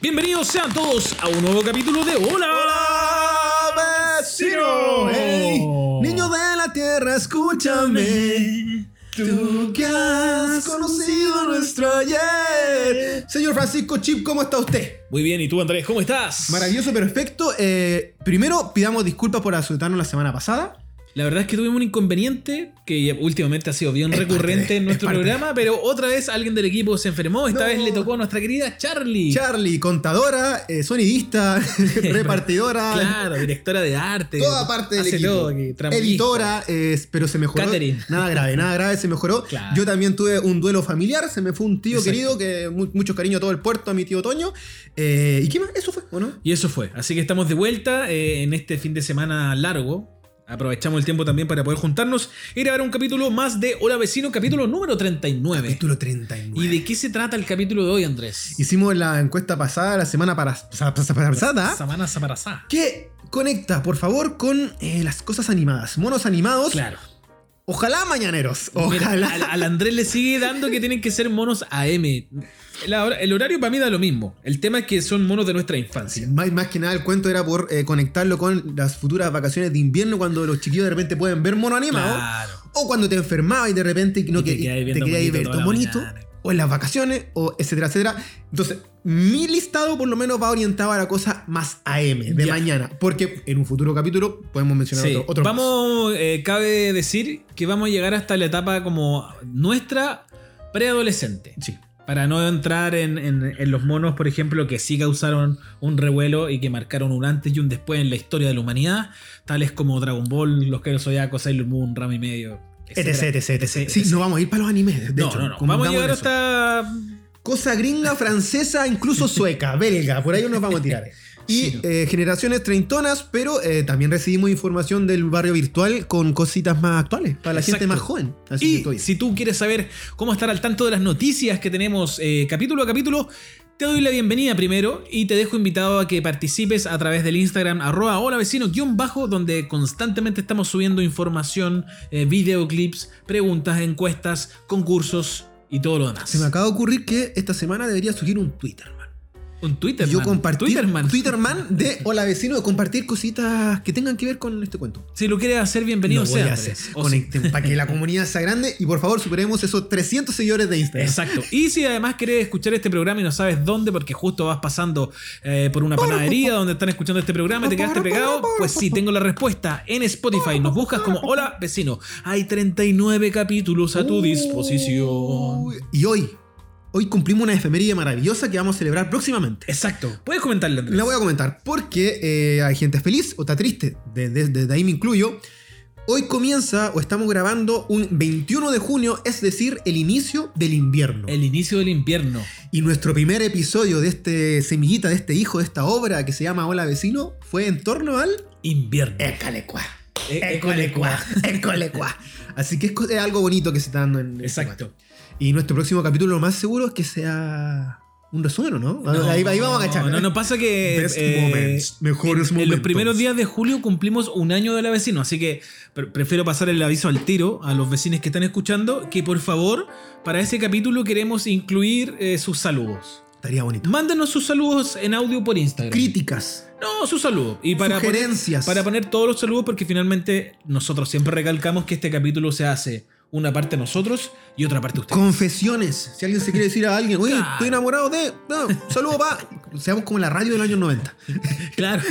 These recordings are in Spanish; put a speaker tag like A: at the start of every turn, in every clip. A: Bienvenidos sean todos a un nuevo capítulo de Hola.
B: ¡Hola, vecino! Oh. Hey,
A: Oh.
B: niño de la tierra, escúchame. Tú que has conocido nuestro ayer. Señor Francisco Chip, ¿cómo está usted?
A: Muy bien, ¿y tú Andrés? ¿Cómo estás?
B: Maravilloso, perfecto. Eh, primero, pidamos disculpas por asustarnos la semana pasada.
A: La verdad es que tuvimos un inconveniente que ya últimamente ha sido bien
B: Es
A: recurrente
B: parte de-
A: en
B: es
A: nuestro
B: parte de-
A: programa, pero otra vez alguien del equipo se enfermó. Esta
B: No.
A: vez le tocó a nuestra querida Charlie.
B: Charlie, contadora, eh, sonidista, repartidora.
A: Claro, directora de arte.
B: Toda parte del
A: Este, Hace
B: equipo.
A: todo aquí, trampista.
B: Editora, eh, pero se mejoró.
A: Catherine.
B: Nada grave, nada grave, se mejoró.
A: Claro.
B: Yo también tuve un duelo familiar, se me fue un tío
A: Exacto.
B: querido, que mu- mucho cariño a todo el puerto, a mi tío Toño. Eh, ¿Y qué más? ¿Eso fue o no?
A: Y eso fue. Así que estamos de vuelta eh, en este fin de semana largo. Aprovechamos el tiempo también para poder juntarnos y grabar un capítulo más de Hola Vecino, capítulo número 39.
B: Capítulo 39.
A: ¿Y de qué se trata el capítulo de hoy, Andrés?
B: Hicimos la encuesta pasada, la semana para- sa- sa- sa- pasada,
A: Samana Saparazá.
B: que conecta, por favor, con eh, las cosas animadas, monos animados.
A: Claro.
B: Ojalá mañaneros.
A: Mira,
B: Ojalá.
A: al, al Andrés le sigue dando que tienen que ser monos AM. La hora- el horario para mí da lo mismo. El tema es que son monos de nuestra
B: Sí,
A: infancia.
B: Más, más que nada el cuento era por eh, conectarlo con las futuras vacaciones de invierno cuando los chiquillos de repente pueden ver mono animado.
A: Claro.
B: O cuando te enfermabas y de repente no
A: Y te
B: que-
A: quedas
B: te
A: viendo
B: querías
A: monito
B: ver
A: toda
B: tu
A: la
B: monito.
A: mañana.
B: O en las vacaciones, o etcétera, etcétera. Entonces, mi listado por lo menos va orientado a la cosa más AM de
A: Ya.
B: mañana. Porque en un futuro capítulo podemos mencionar
A: Sí.
B: otro, otro más.
A: Vamos, eh, cabe decir que vamos a llegar hasta la etapa como nuestra preadolescente.
B: Sí.
A: Para no entrar en, en- en los monos, por ejemplo, que sí causaron un revuelo y que marcaron un antes y un después en la historia de la humanidad, tales como Dragon Ball, Los Caballeros Zodiacos, Sailor Moon, Rama y Medio,
B: Etc,
A: etcétera.
B: etc, etc.
A: etc.
B: Sí, no vamos a ir para los animes. De
A: no,
B: hecho,
A: no, no. Vamos a
B: convengamos
A: llegar
B: en eso.
A: hasta.
B: Cosa gringa, francesa, incluso sueca, belga, por ahí nos vamos a tirar. Y
A: Sí.
B: eh, generaciones treintonas, pero eh, también recibimos información del barrio virtual con cositas más actuales, para la gente
A: Exacto.
B: más joven. Así que
A: Y
B: estoy.
A: si tú quieres saber cómo estar al tanto de las noticias que tenemos eh, capítulo a capítulo, te doy la bienvenida primero y te dejo invitado a que participes a través del Instagram arroba hola vecino guión bajo, donde constantemente estamos subiendo información, eh, videoclips, preguntas, encuestas, concursos y todo lo demás.
B: Se me acaba de ocurrir que esta semana debería surgir un Twitter, man.
A: Un Twitter.
B: Y yo
A: man.
B: compartir
A: Twitter, man.
B: Twitterman de Hola Vecino, de compartir cositas que tengan que ver con este cuento.
A: Si lo quieres hacer, bienvenido
B: Lo voy
A: sea.
B: a
A: Andrés. Oh,
B: hacer.
A: O si-
B: Conecten para que la comunidad sea grande y por favor superemos esos 300 seguidores de Instagram.
A: Exacto. Y si además querés escuchar este programa y no sabes dónde, porque justo vas pasando eh, por una panadería donde están escuchando este programa y te quedaste pegado, pues sí, tengo la respuesta en Spotify. Nos buscas como Hola Vecino. Hay 39 capítulos a tu disposición.
B: Uy, Y hoy, hoy cumplimos una efeméride maravillosa que vamos a celebrar próximamente.
A: Exacto. Puedes comentarle, Andrés.
B: La voy a comentar porque eh, hay gente feliz o está triste, de- de- desde ahí me incluyo. Hoy comienza o estamos grabando un 21 de junio, es decir, el inicio del invierno.
A: El inicio del invierno.
B: Y nuestro primer episodio de este semillita, de este hijo, de esta obra que se llama Hola Vecino, fue en torno al...
A: Invierno.
B: Escalecua.
A: Eh,
B: Escalecua. Escalecua. Así que es, co- es algo bonito que se está dando en... en este
A: Exacto.
B: Y nuestro próximo capítulo, lo más seguro es que sea un resumen, ¿o no? ahí, ahí vamos a cachar.
A: No, no pasa que. eh,
B: Best moments, mejores
A: en, en los
B: momentos.
A: primeros días de julio cumplimos un año de la vecino, así que pre- prefiero pasar el aviso al tiro a los vecinos que están escuchando que por favor, para ese capítulo queremos incluir eh, sus saludos.
B: Estaría bonito.
A: Mándanos sus saludos en audio por Instagram.
B: Críticas,
A: no, sus saludos. Y para poner-
B: sugerencias.
A: para poner todos los saludos, porque finalmente nosotros siempre recalcamos que este capítulo se hace una parte nosotros y otra parte ustedes.
B: confesiones. Si alguien se quiere decir a alguien, oye,
A: Claro.
B: estoy enamorado de. No, saludo, pa. Seamos como la radio del año 90.
A: Claro.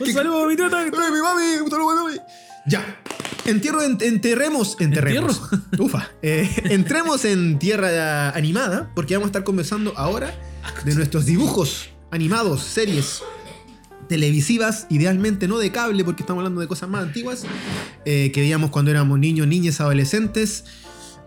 A: un saludo, mi tata.
B: ¡Ay, mi mami! ¡Un saludo, mi mami! Ya. Entierro, en- enterremos, enterremos. Ufa. Eh, entremos en tierra animada, porque vamos a estar conversando ahora de nuestros dibujos animados, series televisivas, idealmente no de cable, porque estamos hablando de cosas más antiguas, eh, que veíamos cuando éramos niños, niñas, adolescentes,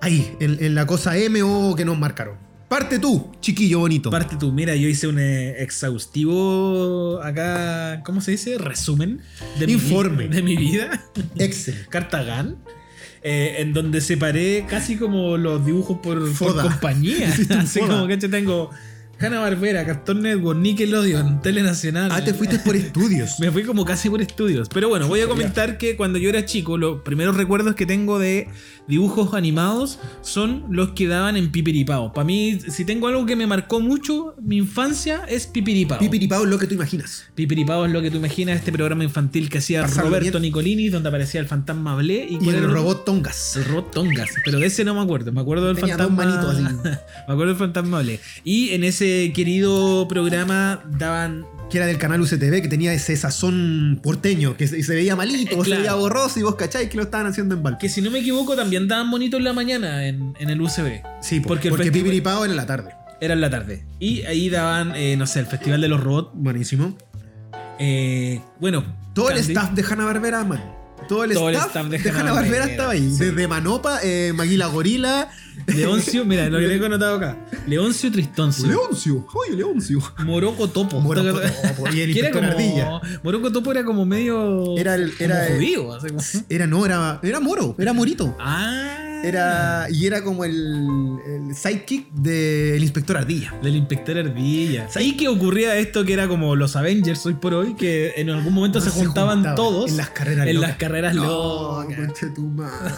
B: ahí, en, en la cosa M o que nos marcaron. Parte tú, chiquillo bonito.
A: Parte tú, mira, yo hice un eh, exhaustivo acá, ¿cómo se dice? Resumen de mi-
B: Informe.
A: de mi vida.
B: Excel.
A: Cartagán. eh, en donde separé casi como los dibujos por, por
B: Foda.
A: compañía.
B: Hiciste un
A: Así
B: foda.
A: como que tengo Hanna Barbera, Cartón Network, Nickelodeon, Telenacional.
B: Ah, te fuiste por estudios.
A: Me fui como casi por estudios. Pero bueno, voy a comentar que cuando yo era chico, los primeros recuerdos que tengo de dibujos animados son los que daban en Pipiripao. Para mí, si tengo algo que me marcó mucho mi infancia, es Pipiripao.
B: Pipiripao es lo que tú imaginas.
A: Pipiripao es lo que tú imaginas, este programa infantil que hacía
B: Pasarlo
A: Roberto
B: bien.
A: Nicolini, donde aparecía el fantasma Blé.
B: Y
A: cuál era
B: el
A: otro?
B: robot Tongas.
A: El robot Tongas, pero de ese no me acuerdo. Me acuerdo del
B: Tenía dos
A: fantasma.
B: manitos así.
A: me acuerdo del fantasma Olé. Y en ese querido programa daban.
B: Que era del canal UCTV, que tenía ese sazón porteño, que se, se veía malito,
A: Eh,
B: se
A: claro.
B: veía borroso y vos cacháis que lo estaban haciendo en Valparaíso.
A: Que si no me equivoco, también daban bonito en la mañana en, en el UCB.
B: Sí, po,
A: Porque
B: porque,
A: el festival-
B: Pipiripao era en la tarde.
A: Era en la tarde. Y ahí daban, eh, no sé, el Festival de los Robots.
B: Buenísimo.
A: Eh, bueno.
B: Todo el
A: Candy.
B: staff de Hanna Barbera, man. Todo el,
A: Todo el
B: staff,
A: staff
B: de,
A: de
B: Hanna Barbera
A: Hanna-Barbera,
B: estaba ahí.
A: sí.
B: Desde Manopa, eh, Maguila Gorila,
A: Leoncio, mira, lo que tengo anotado acá. Leoncio Tristoncio.
B: Leoncio. Oye, Leoncio.
A: Moroco Topo.
B: Moroco Topo y el
A: Que era
B: Inspector
A: como-
B: Ardilla.
A: Moroco Topo era como medio.
B: Era el-
A: como
B: era el-
A: judío. así como-
B: Era no, era, era moro, era morito.
A: Ah.
B: Era, y era como el, el sidekick del inspector Ardilla.
A: Del inspector Ardilla. ¿Sabéis que ocurría esto que era como los Avengers hoy por hoy? Que en algún momento se,
B: Se
A: juntaban
B: juntaban
A: todos
B: en las carreras
A: en
B: locas.
A: las carreras
B: No,
A: locas.
B: conchetumare.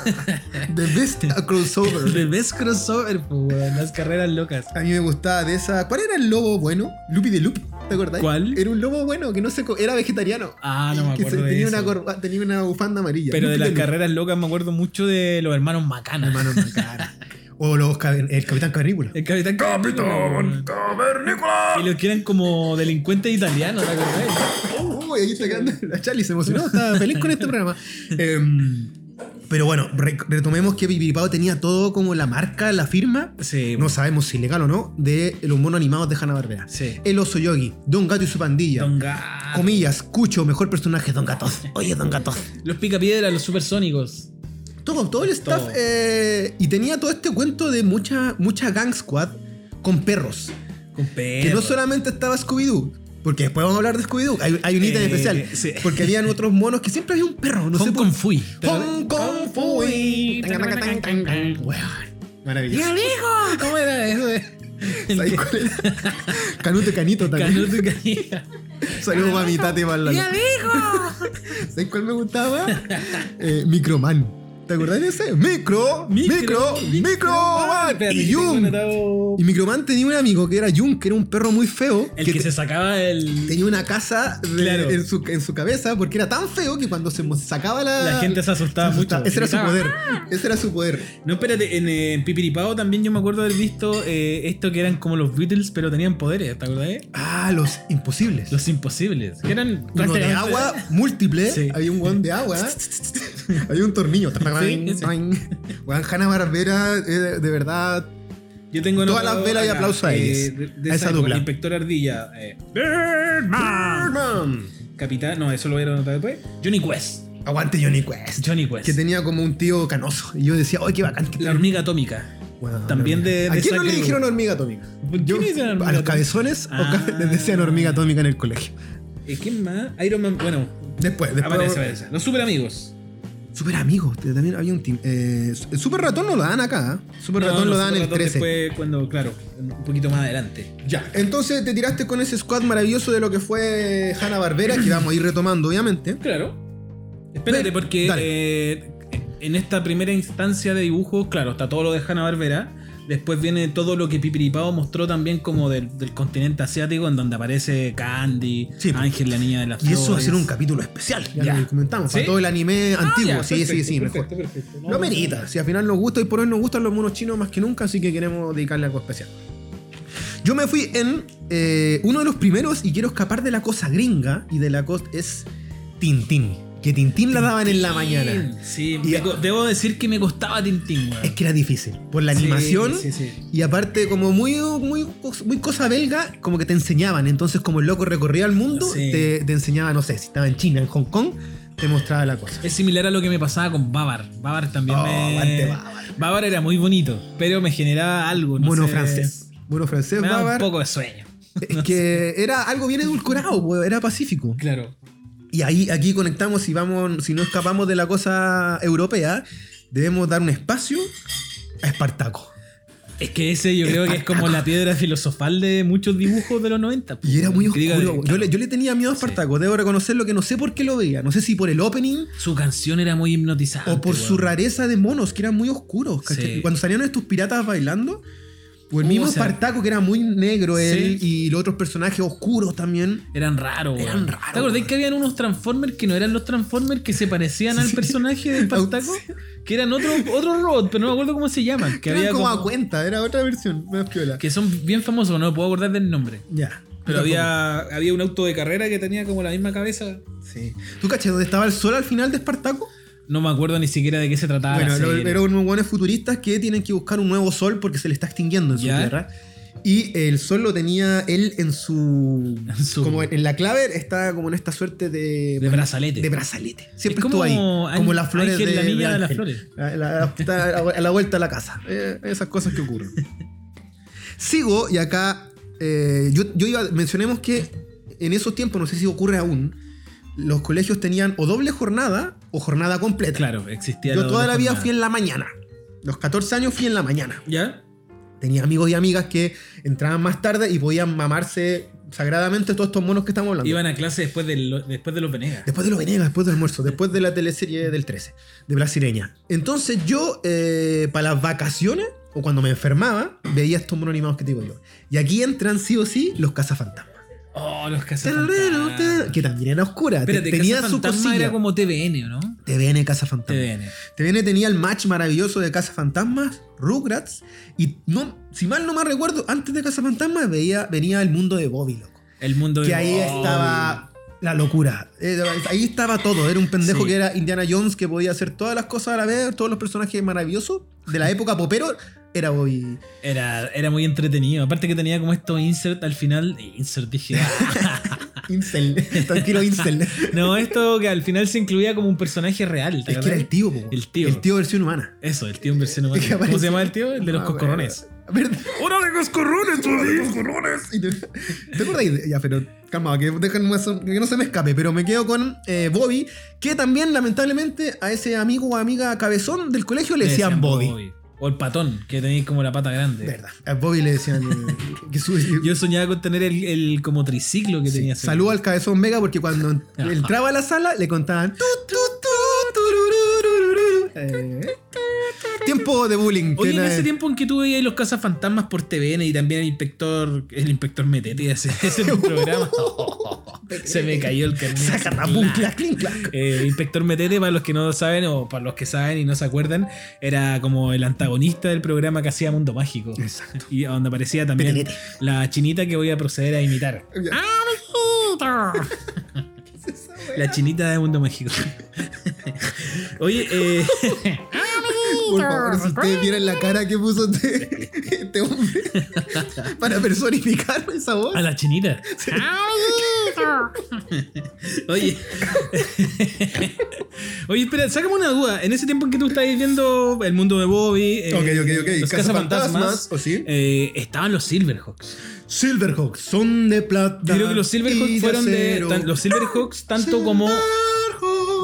B: The best crossover.
A: The best crossover,
B: pues,
A: po, weón, las carreras locas.
B: A mí me gustaba de esa. ¿Cuál era el lobo bueno? Lupi de Loop, ¿te acordás?
A: ¿Cuál?
B: Era un lobo bueno que no se co- era vegetariano.
A: Ah, no me
B: Y que se-
A: acuerdo de
B: tenía
A: eso.
B: una corba- tenía una bufanda amarilla.
A: Pero de las
B: Lupi Lup.
A: carreras locas me acuerdo mucho de los hermanos Macana.
B: Hermano, no, cara. O los caver- el Capitán Cavernícola.
A: El capitán Capitán Y los que eran como delincuentes italianos, ¿te acordás?
B: Oh, Uy, ahí está quedando la Charlie, se emocionó, está feliz con este programa. Em, pero bueno, re- retomemos que Pipiripao tenía todo como la marca, la firma,
A: Sí.
B: no sabemos si legal o no, de los monos animados de Hanna-Barbera.
A: Sí.
B: El oso yogi, Don Gato y su pandilla.
A: Don Gato.
B: Comillas, Cucho, mejor personaje, Don Gato. Oye, Don Gato.
A: Los picapiedras, los supersónicos.
B: Todo, todo el staff.
A: Todo.
B: eh, y tenía todo este cuento de mucha, mucha gang squad con perros.
A: Con
B: Que no
A: perros.
B: solamente estaba Scooby-Doo. Porque después vamos a hablar de Scooby-Doo. Hay, hay un ítem
A: Eh,
B: especial.
A: sí.
B: Porque habían otros monos que siempre había un perro. No sé
A: Hong
B: por
A: Kong Fui.
B: Hong Kong Fui. Weón. Maravilloso.
A: hijo! ¿Cómo era eso?
B: ¿Sabes cuál era? Canuto Canito también.
A: Canuto Canija. Ah,
B: Saludos para mi tati y para la luz.
A: hijo!
B: ¿Sabes cuál me gustaba? Eh, Microman. ¿Te acordás de ese? Micro, micro, Microman. Y Jung. Y Microman tenía un amigo que era Jung, que era un perro muy feo.
A: El que,
B: te-
A: se sacaba el.
B: tenía una casa de-
A: Claro.
B: en, su, en su cabeza porque era tan feo que cuando se mo- sacaba la.
A: La gente se asustaba mucho.
B: Ese era su
A: Gritaba,
B: poder. Ese era su poder.
A: No, espérate, en, eh, en Pipiripao también yo me acuerdo haber visto eh, esto que eran como los Beatles, pero tenían poderes, ¿te acordás?
B: Ah, los imposibles.
A: Los imposibles. Que eran
B: Uno de
A: prácticamente-
B: agua múltiple.
A: Sí.
B: Había un guan de agua. Había un tornillo.
A: Sí, sí.
B: Juan Hanna Barbera, eh, de verdad.
A: Yo tengo
B: Todas
A: anotado
B: las velas y
A: acá,
B: aplauso a
A: eh,
B: ellos,
A: de- de
B: a
A: esa
B: esa
A: época,
B: dupla.
A: el Inspector Ardilla. eh, Birdman.
B: Birdman.
A: Capitán, no, eso lo voy a anotar después. Johnny Quest.
B: Aguante Johnny Quest.
A: Johnny Quest.
B: Que tenía como un tío canoso. Y yo decía, ¡ay, qué bacán! que
A: La
B: tiene-
A: hormiga atómica.
B: Bueno,
A: También de-
B: ¿A
A: de
B: quién no
A: esa
B: le
A: crew.
B: dijeron hormiga atómica?
A: ¿Por
B: Yo-
A: qué le dicen hormiga
B: a los
A: atómica?
B: cabezones o
A: Ah.
B: ca- les decían hormiga atómica en el colegio.
A: Eh, ¿Quién más? Iron Man. Bueno,
B: Después, después.
A: aparece, aparece. Los super amigos.
B: Super amigos, te- también había un team. Eh, el super ratón no lo dan acá. ¿eh? Super ratón lo dan
A: en
B: el 13.
A: Después, cuando, claro, un poquito más adelante.
B: Ya, entonces te tiraste con ese squad maravilloso de lo que fue Hanna Barbera, que vamos a ir retomando, obviamente.
A: Claro. Espérate,
B: Ven,
A: porque
B: dale.
A: eh, en esta primera instancia de dibujos, claro, está todo lo de Hanna Barbera. Después viene todo lo que Pipiripao mostró también como del, del continente asiático, en donde aparece Candy,
B: Sí, pues.
A: Ángel, la niña de las
B: Y eso va a
A: flores.
B: ser un capítulo especial. Ya,
A: Ya.
B: lo comentamos.
A: ¿Sí?
B: Para todo el anime
A: Ah,
B: antiguo.
A: ya,
B: sí, sí,
A: perfecto,
B: sí, mejor.
A: perfecto, perfecto.
B: No merita. Si al final nos gusta y por hoy nos gustan los monos chinos más que nunca, así que queremos dedicarle algo especial. Yo me fui en eh, uno de los primeros y quiero escapar de la cosa gringa y de la cosa es Tintín. Que Tintín la daban en la mañana.
A: Sí,
B: Y-
A: me co- debo decir que me costaba Tintín, weón.
B: Es que era difícil. Por la animación.
A: Sí, sí, sí.
B: Y aparte, como muy, muy, cos- muy cosa belga, como que te enseñaban. Entonces, como el loco recorría el mundo,
A: Sí.
B: te, te enseñaba, no sé, si estaba en China, en Hong Kong, te mostraba la cosa.
A: Es similar a lo que me pasaba con Babar. Babar también
B: Oh,
A: me.
B: aguante Babar.
A: Babar era muy bonito, pero me generaba algo. No
B: Mono
A: sé,
B: francés. Mono francés,
A: Me daba un
B: bávar.
A: poco de sueño.
B: Es que era algo bien edulcorado, po, era pacífico.
A: Claro.
B: Y ahí aquí conectamos si vamos, si no escapamos de la cosa europea, debemos dar un espacio a Espartaco.
A: Es que ese yo creo que es como la piedra filosofal de muchos dibujos de los 90.
B: Y era muy
A: Que diga,
B: oscuro. Yo le, yo le tenía miedo a
A: Sí.
B: Espartaco. Debo reconocerlo que no sé por qué lo veía. No sé si por el opening
A: Su canción era muy hipnotizante.
B: o por su
A: weón.
B: rareza de monos, que eran muy oscuros. ¿cachai?
A: Sí.
B: Y Cuando salían estos piratas bailando, o el
A: Uh,
B: mismo
A: o sea-
B: Espartaco, que era muy negro
A: Sí.
B: él, y los otros personajes oscuros también.
A: Eran raros, weón.
B: Eran raros,
A: ¿Te acordás
B: weón.
A: que habían unos Transformers que no eran los Transformers que se parecían al
B: Sí.
A: personaje de Espartaco? Que eran otro, otro robot, pero no me acuerdo cómo se llaman. Que
B: Que eran
A: había
B: como, a
A: como-
B: cuenta, era otra versión, más piola.
A: que son bien famosos, no me puedo acordar del nombre.
B: Ya.
A: Pero
B: Yo
A: había, había un auto de carrera que tenía como la misma cabeza.
B: tampoco. Sí. ¿Tú caché dónde estaba el sol al final de Espartaco?
A: No me acuerdo ni siquiera de qué se trataba. la
B: Bueno, lo-
A: serie.
B: eran unos buenos futuristas que tienen que buscar un nuevo sol porque se le está extinguiendo en su
A: Ya.
B: tierra. Y el sol lo tenía él en su.
A: En su-
B: Como en la clave está como en esta suerte de.
A: De brazalete.
B: De brazalete. Siempre
A: Es como
B: estuvo ahí. Como
A: Ángel-
B: las flores
A: Ángel
B: de.
A: la milla de las
B: Ángel.
A: flores.
B: A la, está a la- a la vuelta a la casa. Eh, esas cosas que ocurren. Sigo y acá. eh, yo, yo iba. Mencionemos que en esos tiempos, no sé si ocurre aún. Los colegios tenían o doble jornada o jornada completa.
A: Claro, existía.
B: Yo
A: la
B: toda
A: doble
B: la vida
A: jornada.
B: fui en la mañana. Los 14 años fui en la mañana.
A: ¿Ya?
B: Tenía amigos y amigas que entraban más tarde y podían mamarse sagradamente todos estos monos que estamos hablando.
A: Iban a clase después de, lo- después de los Venegas.
B: Después de los venegas, después del almuerzo, después de la teleserie del 13, de Brasileña. Entonces yo, eh, para las vacaciones, o cuando me enfermaba, veía estos monos animados que te digo yo. Y aquí entran sí o sí los cazafantasmas.
A: Oh, los
B: Tararara, tarara,
A: cazafantasmas.
B: Que también era oscura.
A: Espérate,
B: tenía su
A: Cazafantasmas
B: cosilla.
A: era como TVN, ¿o ¿no?
B: TVN Cazafantasmas.
A: TVN.
B: TVN tenía el match maravilloso de Casa Fantasmas, Rugrats, y no, si mal no me recuerdo, antes de Casa Fantasmas veía, venía el mundo de Bobby, loco.
A: El mundo de
B: Que ahí
A: Bob.
B: estaba la locura. Eh, Ahí estaba todo. Era un pendejo
A: Sí.
B: que era Indiana Jones, que podía hacer todas las cosas a la vez, todos los personajes maravillosos de la época popero. Era Bobby.
A: Era, era muy entretenido. Aparte que tenía como estos insert al final. Insert dije. ah.
B: Incel. Tranquilo, Incel.
A: no, esto que al final se incluía como un personaje real. ¿te
B: Es que era
A: acordás?
B: el tío, po.
A: El tío.
B: El tío versión humana.
A: Eso, el tío en versión humana.
B: Que
A: ¿Cómo se
B: aparece-
A: llama el tío? El de los
B: Ah,
A: coscorrones.
B: bueno. Verdad.
A: ¡Hora de coscorrones,
B: Y ¿Te te acuerdas? de- Ya, pero calma, que, déjenme hacer- que no se me escape, pero me quedo con eh, Bobby, que también lamentablemente a ese amigo o amiga cabezón del colegio le decían, Bobby.
A: O el patón, que tenéis como la pata grande.
B: Verdad. A Bobby le decían... eh, que su-
A: Yo soñaba con tener el, el como triciclo que
B: sí.
A: tenía. ese-
B: Saludo al cabezón Mega porque cuando entraba a la sala le contaban... tu, tu, tu, turururururu. Eh, tiempo de bullying.
A: Oye,
B: que
A: en
B: na-
A: ese tiempo en que tú veías los cazafantasmas por TVN y también el inspector, el inspector Metete, ese, ese programa, se me cayó el carnet.
B: Zacatapum,
A: Claro.
B: clac, clin, clac.
A: Eh, Inspector Metete, para los que no saben o para los que saben y no se acuerdan, era como el antagonista del programa que hacía Mundo Mágico.
B: Exacto.
A: Y donde aparecía también
B: Petelete.
A: la chinita que voy a proceder a imitar.
B: Ya.
A: ¡Ah, mijito! La chinita de Mundo Mágico. Oye, eh,
B: Por favor, si ustedes vieran la cara que puso este, este hombre para personificar esa voz.
A: a la chinita. Oye, oye, espera, sácame una duda. En ese tiempo en que tú estabas viendo el mundo de Bobby, eh,
B: Ok, ok, ok.
A: los
B: Cazafantasmas,
A: cazafantasmas,
B: ¿o sí?
A: eh, estaban los Silverhawks.
B: Silverhawks son de plata.
A: Yo creo que los
B: y
A: Silverhawks fueron de.
B: acero.
A: tan- los Silverhawks, tanto como.
B: Silverhawks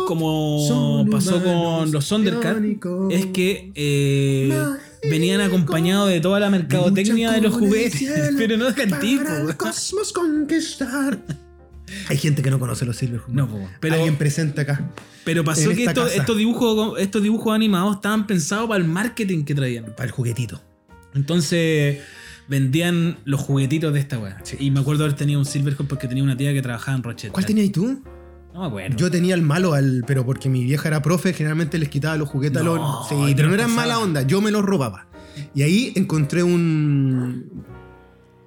A: Como
B: son
A: pasó con
B: humanos
A: los Thundercats,
B: irónicos.
A: es que eh, venían acompañados de toda la mercadotecnia de los
B: Luchan con el
A: juguetes,
B: cielo
A: pero no del
B: para
A: tipo.
B: el
A: weón.
B: cosmos conquistar. Hay gente que no conoce los Silverhawks.
A: No, po, pero-
B: Alguien presente acá.
A: Pero pasó
B: en
A: que
B: esta
A: estos,
B: casa.
A: estos dibujos, estos dibujos animados estaban pensados para el marketing que traían.
B: Para el juguetito.
A: Entonces vendían los juguetitos de esta weá. Y me acuerdo haber tenido un Silverhawk porque tenía una tía que trabajaba en Rochette.
B: ¿Cuál tenías tú?
A: No me acuerdo.
B: Yo tenía el malo al, pero porque mi vieja era profe, generalmente les quitaba los juguetes a
A: No,
B: los. Sí,
A: te
B: pero
A: los
B: no
A: pasaba.
B: eran mala onda, yo me los robaba. Y ahí encontré un.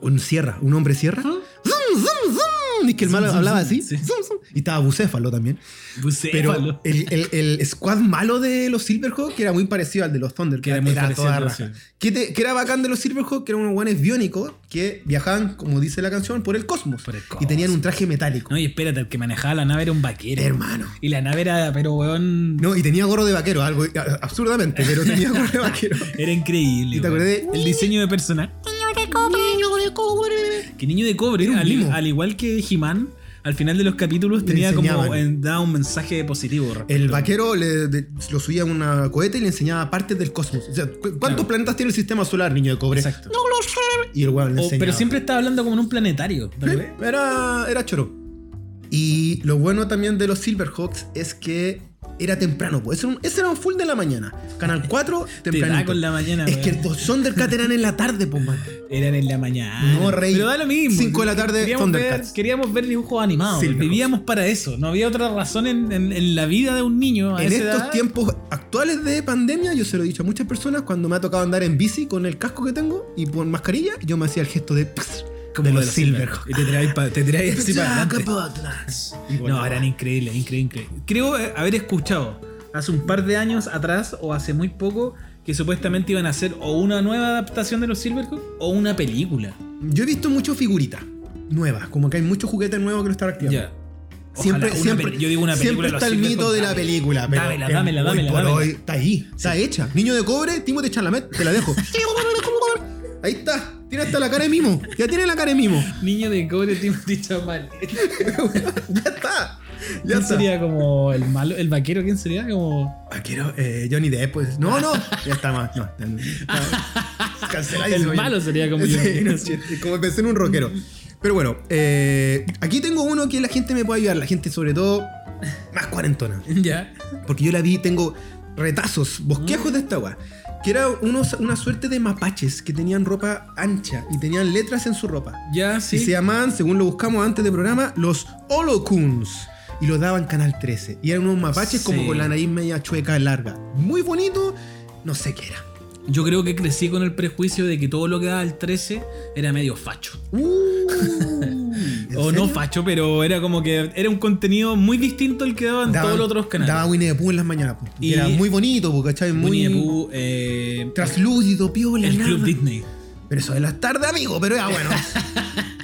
B: Un sierra, un hombre sierra.
A: Ujú.
B: ¡Zum, zum, zum! Y que el
A: Zum,
B: malo
A: zum,
B: hablaba
A: zum,
B: así.
A: sí.
B: zum, zum. Y estaba bucéfalo también.
A: Bucéfalo.
B: Pero el, el- el squad malo de los Silverhawks, que era muy parecido al de los Thunder,
A: Que era muy parecido
B: toda
A: al de los
B: raja.
A: Silverhawks.
B: Que, te- que era bacán de los Silverhawks, que eran unos guanes biónicos que viajaban, como dice la canción, por el cosmos.
A: Por el
B: Y tenían un
A: cosmos.
B: traje metálico.
A: No, y espérate, el que manejaba la nave era un vaquero.
B: Hermano.
A: Y la nave era, pero weón.
B: No, y tenía gorro de vaquero, algo a- absurdamente, pero tenía gorro de vaquero.
A: Era increíble.
B: ¿Y te
A: weón.
B: acordás?
A: El diseño de personaje.
B: Niño de cobre.
A: Que niño de cobre,
B: Era un
A: al,
B: mimo.
A: al igual que He-Man, al final de los capítulos
B: Le
A: tenía como
B: enseñaban.
A: en- daba un mensaje positivo. respecto.
B: El vaquero le- de- lo subía a una coheta y le enseñaba partes del cosmos. O sea, cu- ¿cuántos
A: Claro.
B: planetas tiene el sistema solar, niño de cobre?
A: Exacto.
B: No lo sé. Y el weón le
A: O-
B: enseñaba.
A: pero siempre estaba hablando como en un planetario, tal vez.
B: Sí, Era, era choro. Y lo bueno también de los Silverhawks es que era temprano, pues. Ese era un, ese era un full de la mañana. Canal 4,
A: Te
B: temprano.
A: da con la mañana.
B: Es que
A: weón.
B: los Thundercats eran en la tarde, pues, man.
A: Eran en la mañana.
B: No, rey.
A: Pero da lo mismo.
B: Cinco de la tarde,
A: Queríamos ver,
B: Thundercats.
A: queríamos ver dibujos animados.
B: Silverhawks.
A: Vivíamos para eso. No había otra razón en, en- en la vida de un niño. a
B: En
A: esa
B: estos
A: edad.
B: tiempos actuales de pandemia, yo se lo he dicho a muchas personas, cuando me ha tocado andar en bici con el casco que tengo y con mascarilla, yo me hacía el gesto de...
A: Como
B: de los
A: Silverhawks.
B: Silverhawks.
A: Y te tiráis pa- te tiráis así para
B: Jack
A: adelante.
B: Butlers. Y
A: No,
B: volaba.
A: eran increíbles, increíbles, increíbles. Creo eh, haber escuchado hace un par de años atrás o hace muy poco que supuestamente iban a hacer o una nueva adaptación de los Silverhawks o una película.
B: Yo he visto muchas figuritas nuevas, como que hay muchos juguetes nuevos que lo están activando.
A: Ya. Ojalá,
B: Siempre,
A: una
B: siempre,
A: peli- yo digo una película.
B: siempre
A: de los
B: está el
A: Silverhawks,
B: mito de la
A: dame.
B: película. pero
A: Dámela,
B: que
A: dámela,
B: hoy
A: dámela,
B: por
A: dámela.
B: hoy Está ahí, está hecha. Niño de cobre, Timothy Chalamet, te la dejo. ahí está, tiene hasta la cara de mimo. Ya tiene la cara de mimo.
A: Niño de cobre Timothy Chalamet.
B: ya está. Ya
A: ¿Quién
B: está.
A: sería como el malo, el vaquero? ¿Quién sería como
B: Vaquero, eh, Johnny Depp, pues. No, no. Ya está más. No, no, no. Canceláis
A: el
B: eso, oye.
A: malo sería como
B: Sí,
A: yo.
B: no, sí, como pensé en un rockero. Pero bueno, eh, aquí tengo uno que la gente me puede ayudar. La gente, sobre todo, más cuarentona.
A: ya.
B: Porque yo la vi, tengo retazos, bosquejos de esta agua. Que era unos, una suerte de mapaches que tenían ropa ancha y tenían letras en su ropa.
A: Ya, sí.
B: Y se llamaban, según lo buscamos antes del programa, los Holocuns. Y los daban Canal 13. Y eran unos mapaches
A: Sí.
B: como con la nariz media chueca, larga. Muy bonito, no sé qué era.
A: Yo creo que crecí con el prejuicio de que todo lo que daba el 13 era medio facho.
B: ¿En
A: Uh. O no
B: serio?
A: facho, pero era como que era un contenido muy distinto al que daban
B: Daban-
A: todos los otros canales.
B: Daba Winnie the Pooh en las mañanas. po.
A: Y-
B: era muy bonito, po, ¿cachai? Muy
A: Winnie the Pooh, eh,
B: traslúcido, piola,
A: el
B: nada.
A: Club Disney.
B: Pero eso es las tardes, amigo, pero ya bueno.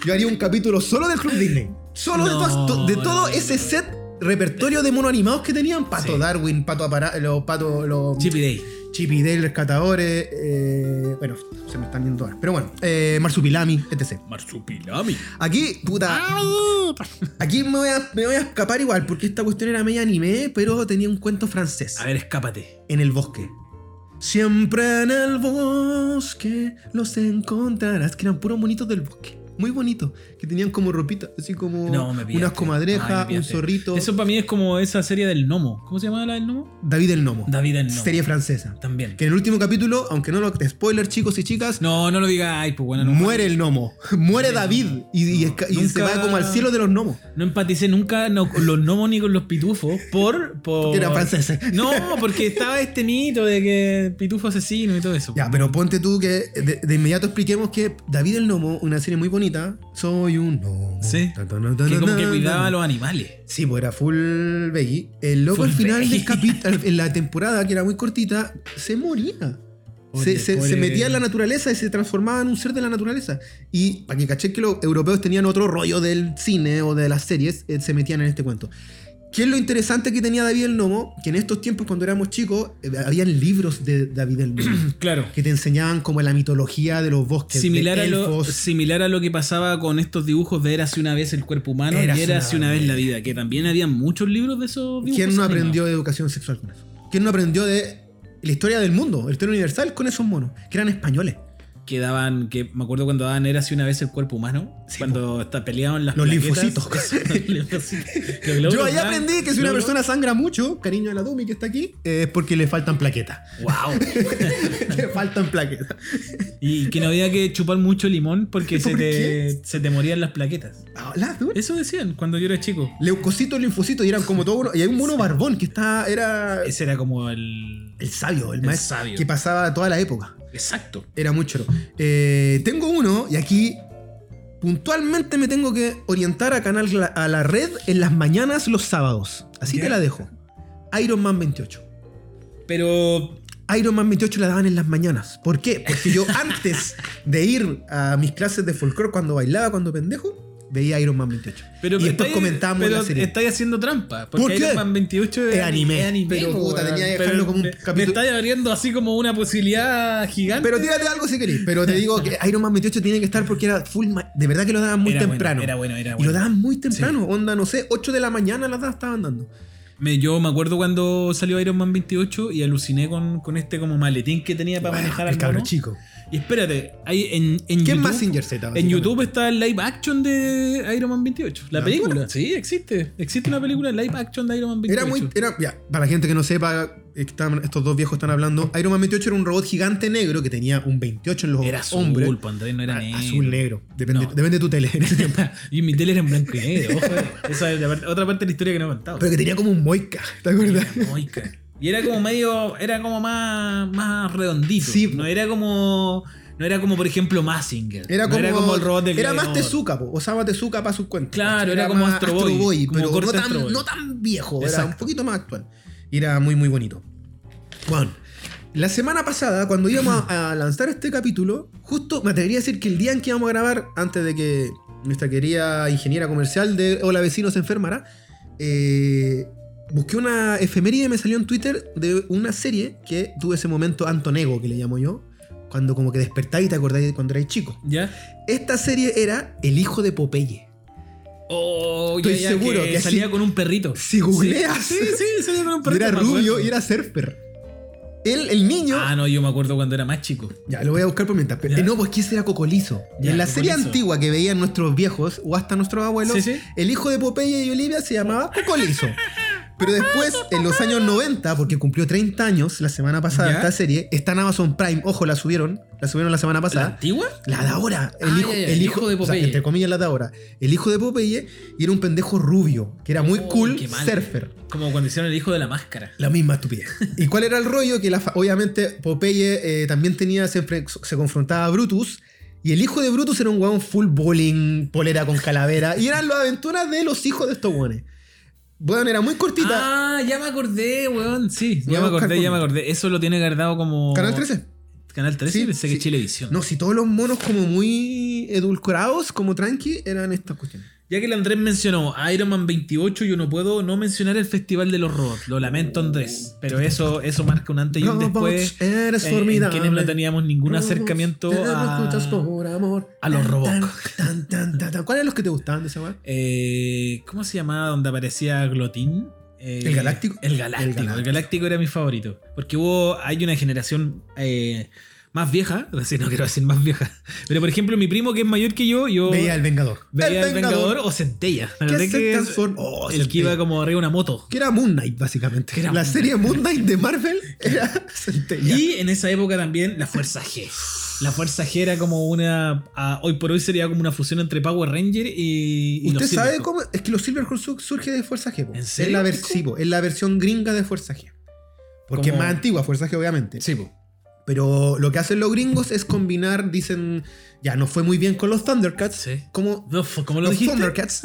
B: Yo haría un capítulo solo del Club Disney. Solo de,
A: No,
B: to- de
A: no,
B: todo
A: no,
B: ese
A: no.
B: set repertorio de monos animados que tenían. Pato
A: Sí.
B: Darwin, Pato Apara los Pato, los
A: Chip y Day.
B: Chip y Dale, Rescatadores, eh, bueno, se me están yendo ahora. Pero bueno, eh, Marsupilami, etc.
A: Marsupilami.
B: Aquí, puta, aquí me voy, a, me voy a escapar igual, porque esta cuestión era media anime, pero tenía un cuento francés
A: A ver, escápate.
B: en el bosque. Siempre en el bosque los encontrarás. Que eran puros bonitos del bosque. Muy bonitos. Que tenían como ropita, así como
A: No, me pillaste.
B: unas
A: Ay, me
B: comadrejas, un
A: pillaste.
B: zorrito.
A: Eso para mí es como esa serie del gnomo. ¿Cómo se llamaba la del gnomo?
B: David el Nomo.
A: David el gnomo.
B: Serie francesa.
A: También.
B: Que en el último capítulo, aunque no lo. Spoiler, chicos y chicas.
A: No, no lo digas. pues bueno, no.
B: muere el gnomo. Muere David. Y, y esca- y
A: Nunca-
B: se va como al cielo de los gnomos.
A: No empaticé nunca no, con los gnomos ni con los pitufos por... por...
B: Porque era francesa.
A: Oh. No, porque estaba este mito de que pitufo asesino y todo eso.
B: Ya, pero ponte tú que de, de inmediato expliquemos que David el Nomo, una serie muy bonita. Soy un gnomo.
A: Sí.
B: Ta, ta, na, ta,
A: Que
B: na,
A: como
B: na,
A: que
B: na,
A: cuidaba
B: na.
A: a los animales.
B: Sí, pues era full veggie. El loco
A: Full
B: al final
A: veggie.
B: del capítulo, en la temporada, que era muy cortita, se moría.
A: Pobre-
B: se, se-
A: pobre-
B: se metía en la naturaleza y se transformaba en un ser de la naturaleza. Y para que caché que los europeos tenían otro rollo del cine o de las series, eh, se metían en este cuento. ¿Qué es lo interesante que tenía David el Nomo? Que en estos tiempos, cuando éramos chicos, eh, habían libros de David el Nomo
A: Claro.
B: que te enseñaban como la mitología de los bosques,
A: Similar
B: de
A: a, lo,
B: elfos.
A: similar a lo que pasaba con estos dibujos de Érase una vez el cuerpo humano
B: Érase
A: y Érase una, vez la vida, que también había muchos libros de esos dibujos.
B: ¿Quién no
A: animados.
B: aprendió de educación sexual con eso? ¿Quién no aprendió de la historia del mundo, la historia universal con esos monos? Que eran españoles.
A: Que daban, que me acuerdo cuando daban Érase una vez el cuerpo humano,
B: Sí,
A: cuando hasta peleaban las
B: Los
A: plaquetas.
B: linfocitos.
A: Eso, los linfocitos. Los glóbulos
B: Yo ahí
A: blancos.
B: aprendí que si una
A: Glóbulos-
B: persona sangra mucho, cariño a la Dumi que está aquí, eh, es porque le faltan plaquetas.
A: ¡Wow!
B: le faltan plaquetas.
A: Y que no había que chupar mucho limón porque se,
B: ¿Por
A: te, se te morían las plaquetas.
B: Ah, la Dumi.
A: Eso decían cuando yo era chico.
B: Leucocito, linfocito, y eran como todo uno. Y hay un mono barbón que está, era
A: Ese era como el.
B: el sabio, el
A: El
B: maestro,
A: sabio.
B: que pasaba toda la época.
A: Exacto.
B: Era muy choro. Eh, tengo uno, y aquí puntualmente me tengo que orientar a canal la- a la red en las mañanas los sábados. Así
A: Ya.
B: te la dejo. Iron Man 28.
A: Pero
B: Iron Man 28 la daban en las mañanas. ¿Por qué? Porque yo antes de ir a mis clases de folclore cuando bailaba, cuando pendejo, veía Iron Man 28.
A: Pero
B: y
A: me
B: después
A: estáis-
B: comentamos
A: pero
B: la serie.
A: estáis haciendo trampa.
B: ¿Por
A: Porque
B: qué?
A: Iron Man 28
B: Es anime.
A: es
B: Pero,
A: po,
B: puta,
A: weón.
B: tenía que
A: Pero
B: dejarlo como un
A: me- Me
B: capítulo-
A: estáis abriendo así como una posibilidad gigante.
B: Pero tírate algo si querés. Pero te digo que Iron Man 28 tiene que estar porque era full. ma- De verdad que lo daban muy
A: Era bueno,
B: temprano.
A: era bueno, era
B: Y lo
A: bueno.
B: daban muy temprano. Onda, no sé, 8 de la mañana las daban- estaban dando.
A: Me- yo me acuerdo cuando salió Iron Man 28 y aluciné con, con este como maletín que tenía para manejar al
B: Ah, el cabro
A: mono.
B: chico.
A: Y espérate, hay en, en
B: ¿Quién
A: YouTube-
B: más Singer Z?
A: En YouTube está el live action de Iron Man 28. La
B: ¿La
A: película.
B: película?
A: Sí, existe. Existe una película live action de Iron Man 28.
B: Era muy. Era, ya, para la gente que no sepa, están- estos dos viejos están hablando. Iron Man 28 era un robot gigante negro que tenía un 28 en los
A: Era azul,
B: hombres.
A: po, Andrés, no era
B: A-
A: negro.
B: Azul negro. Depende,
A: No.
B: depende de tu tele en ese tiempo.
A: y mi tele era en blanco y negro. ojo, eh. Esa es la parte- otra parte de la historia que no he contado.
B: Pero que tenía como un moica, ¿te acuerdas?
A: Era moica. Y era como medio. Era como más. Más redondito.
B: Sí, po.
A: No era como. No era como, por ejemplo, Massinger.
B: Era
A: No
B: como,
A: el robot de
B: Era más
A: Gladiador.
B: Tezuka, po. Osaba Tezuka para sus cuentas.
A: Claro,
B: ¿cachai?
A: era como
B: más
A: Astro Boy, como
B: pero
A: corte
B: no
A: Astro
B: tan,
A: Boy.
B: no tan viejo, era un
A: Exacto.
B: poquito más actual. Y era muy, muy bonito. Juan, la semana pasada, cuando íbamos a, a lanzar este capítulo, justo me atrevería a decir que el día en que íbamos a grabar, antes de que nuestra querida ingeniera comercial de Hola Vecino se enfermara, eh, busqué una efeméride y me salió en Twitter de una serie que tuve ese momento Antonego, que le llamo yo, cuando como que despertáis y te acordáis de cuando erais chico.
A: ¿Ya?
B: Esta serie era El hijo de Popeye.
A: Oh,
B: Estoy
A: ya, ya,
B: seguro
A: que,
B: que
A: salía
B: si-
A: con un perrito.
B: si googleas-
A: Sí, sí, sí, salía con un perrito.
B: Era
A: me acuerdo.
B: rubio y era surfer. Él, el niño.
A: Ah, no, yo me acuerdo cuando era más chico.
B: Ya, lo voy a buscar por mientras. pero-
A: Ya.
B: eh, no, pues que ese era Cocolizo.
A: Ya,
B: en la serie
A: Cocolizo.
B: antigua que veían nuestros viejos o hasta nuestros abuelos,
A: Sí, sí.
B: el hijo de Popeye y Olivia se llamaba Cocolizo. Pero después, en los años 90, porque cumplió 30 años la semana pasada
A: Ya.
B: esta serie, está en Amazon Prime. Ojo, la subieron. La subieron la semana
A: ¿La
B: pasada.
A: antigua?
B: La de ahora. El,
A: Ah,
B: hijo,
A: ya, ya,
B: el hijo de Popeye. entre comillas, la de ahora. El hijo de Popeye y era un pendejo rubio, que era muy
A: Oh,
B: cool
A: qué mal.
B: surfer.
A: Como cuando hicieron el hijo de la máscara.
B: La misma estupidez. ¿Y cuál era el rollo? Que la fa- obviamente Popeye eh, también tenía, siempre se confrontaba a Brutus. Y el hijo de Brutus era un weón full bowling, polera con calavera. Y eran las aventuras de los hijos de estos weones. Bueno, era muy cortita.
A: Ah, ya me acordé, weón. Sí,
B: Voy
A: ya
B: a
A: me
B: buscar
A: acordé,
B: por
A: ya me
B: mí.
A: acordé. Eso lo tiene guardado como.
B: Canal 13.
A: Canal 13,
B: Sí,
A: pensé que
B: sí.
A: Chilevisión.
B: No, si todos los monos como muy edulcorados, como tranqui, eran estas cuestiones.
A: Ya que el Andrés mencionó Iron Man 28, yo no puedo no mencionar el Festival de los Robots. Lo lamento, Andrés. Pero eso, eso marca un antes y un después. eh,
B: Robots, eres
A: en- en
B: formidable.
A: quienes no teníamos ningún
B: Robots,
A: acercamiento
B: te
A: a-
B: escuchas por amor.
A: a los
B: Tan,
A: robots.
B: tan, tan, tan, tan. ¿Cuáles eran los que te gustaban de esa weá?
A: Eh, ¿Cómo se llamaba donde aparecía Glotín? Eh,
B: ¿El Galáctico?
A: El Galáctico.
B: El Galáctico.
A: El Galáctico era mi favorito. Porque hubo. Hay una generación eh, más vieja. Así no quiero decir más vieja. Pero por ejemplo, mi primo que es mayor que yo, yo
B: Veía
A: veía,
B: el Vengador.
A: el Vengador, o Centella. La
B: Que
A: verdad
B: se
A: que es
B: transformó. Oh,
A: el que
B: Centella.
A: iba como arriba de una moto.
B: Que era Moon Knight, básicamente.
A: Que era
B: la
A: Moon
B: serie Moon Knight de Marvel era Centella.
A: Y en esa época también la Fuerza G. La Fuerza G era como una. ah, hoy por hoy sería como una fusión entre Power Ranger y. y los
B: ¿Usted sabe
A: Silverhawks.
B: cómo? Es que los Silverhawks su- surge de Fuerza G. po.
A: ¿En serio?
B: Es la, vers- sí, po, es la versión gringa de Fuerza G. Porque
A: Como-
B: es más antigua Fuerza G, obviamente.
A: Sí, po.
B: Pero lo que hacen los gringos es combinar, dicen, ya no fue muy bien con los Thundercats.
A: Sí.
B: Como
A: Los- ¿Cómo lo
B: los
A: dijiste?
B: Thundercats.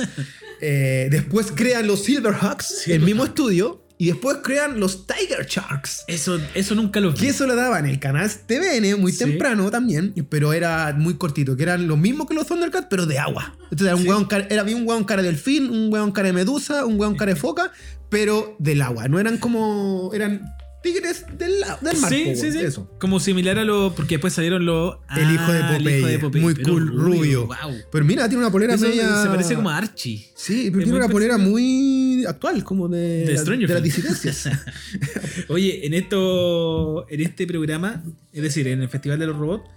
B: Eh, después crean los Silverhawks, el
A: Silverhawks.
B: mismo estudio. Y después crean los Tiger Sharks.
A: Eso, eso nunca lo vi.
B: Que eso lo daban en el canal TVN muy
A: Sí.
B: temprano también, pero era muy cortito, que eran lo mismo que los Thundercats, pero de agua. Entonces era, un hueón cara- era- había un hueón cara de delfín, un hueón cara de medusa, un hueón cara de foca, pero del agua. No eran como. eran tigres del, la- del mar. po,
A: Sí,
B: weón,
A: sí, sí.
B: Eso.
A: Como similar a lo. Porque después salieron los.
B: El hijo de
A: Ah, el hijo
B: Popeye, muy
A: pero
B: cool, rubio.
A: Wow.
B: Pero mira, tiene una polera
A: Eso
B: media.
A: se parece como a Archie.
B: Sí, pero
A: es
B: tiene
A: muy
B: una polera muy actual, como de,
A: De
B: eh, la-
A: Stranger
B: de las
A: Things.
B: disidencias.
A: Oye, en esto. En este programa, es decir, en el Festival de los Robots.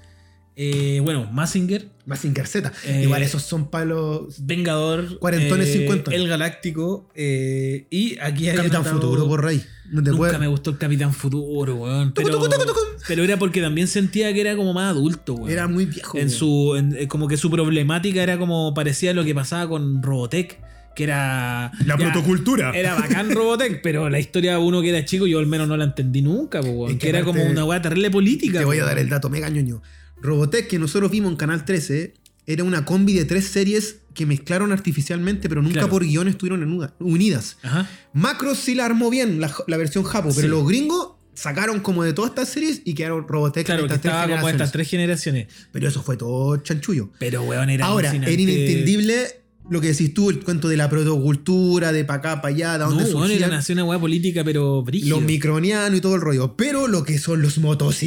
A: eh, bueno, Massinger,
B: Más sin carceta.
A: Eh,
B: Igual esos son palos.
A: Vengador. eh,
B: Cuarentones, cincuentones.
A: El Galáctico. eh, y aquí hay.
B: Capitán
A: anotado-
B: Futuro, por rey. No te
A: Nunca
B: puedes-
A: me gustó el Capitán Futuro, weón.
B: Tucu,
A: Pero,
B: tucu, tucu, tucu.
A: pero era porque también sentía que era como más adulto, weón.
B: Era muy viejo.
A: en
B: weón.
A: su en- eh, como que su problemática era como parecía lo que pasaba con Robotech que era ya,
B: La protocultura.
A: era bacán Robotech pero la historia de uno que era chico yo al menos no la entendí nunca po, weón,
B: Es
A: que,
B: que
A: era
B: aparte-
A: como una weá terrible política
B: Te voy a
A: po.
B: dar el dato mega ñoño. Robotech, que nosotros vimos en Canal 13, era una combi de tres series que mezclaron artificialmente, pero nunca
A: Claro.
B: por guión estuvieron en una- unidas.
A: Ajá.
B: Macros sí la armó bien, la, la versión japo,
A: Sí.
B: pero los gringos sacaron como de todas estas series y quedaron Robotech
A: claro
B: en
A: que
B: estas tres
A: estaba como
B: generaciones.
A: estas tres generaciones
B: Pero eso fue todo chanchullo.
A: pero weón era
B: Ahora,
A: alucinante.
B: era inentendible lo que decís tú, el cuento de la protocultura, de pa' acá, pa' allá, de
A: No,
B: dónde
A: bueno, era
B: surgían
A: nació una hueá política, pero brígido.
B: los micronianos y todo el rollo. Pero lo que son los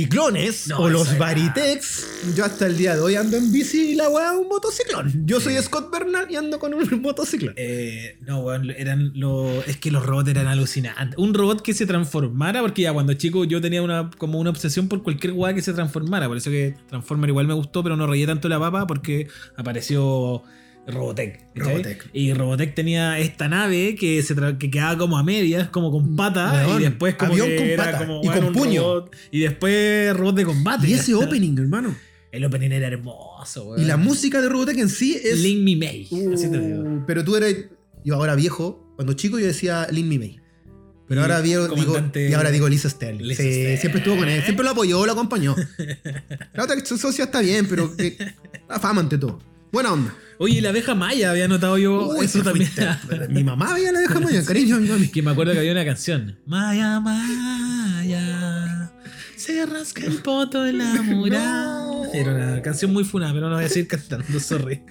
B: motociclones
A: No,
B: o
A: esa
B: los
A: era-
B: Baritex, yo hasta el día de hoy ando en bici y la weá es un motociclón. Yo soy Scott Bernal y ando con un motociclón.
A: Eh, no, weón, eran lo, es que los robots eran alucinantes. Un robot que se transformara, porque ya cuando chico yo tenía una, como una obsesión por cualquier weá que se transformara. Por eso que Transformer igual me gustó, pero no reí tanto la papa porque apareció Robotech. ¿cachai?
B: Robotech.
A: Y Robotech tenía esta nave que se tra- que quedaba como a medias, como con patas,
B: Mm, Weón,
A: y después como
B: avión
A: que
B: con
A: era
B: pata
A: como,
B: y
A: weón,
B: con
A: un
B: puño.
A: robot, y después robot de combate.
B: Y ese opening, hermano.
A: El opening era hermoso, weón.
B: Y la música de Robotech en sí es.
A: Link Me May. Así te digo.
B: Uh, pero tú eres. Yo ahora viejo, cuando chico yo decía Lin Mi May.
A: Y
B: Pero ahora viejo, digo,
A: comandante-
B: y ahora digo Lisa Sterling.
A: Lisa
B: Sí,
A: Sterling.
B: siempre estuvo con él, siempre lo apoyó, lo acompañó. La otra que su socia está bien, pero que- la fama ante todo. Buena onda.
A: Oye, y la abeja maya había notado yo
B: Uy,
A: eso
B: te
A: también.
B: fuiste. Mi mamá veía la deja mañana, cariño, mi mami.
A: que me acuerdo que había una canción. Maya, Maya. Se rasca el poto de la muralla. Era una canción muy funada, pero no voy a seguir cantando, sorry.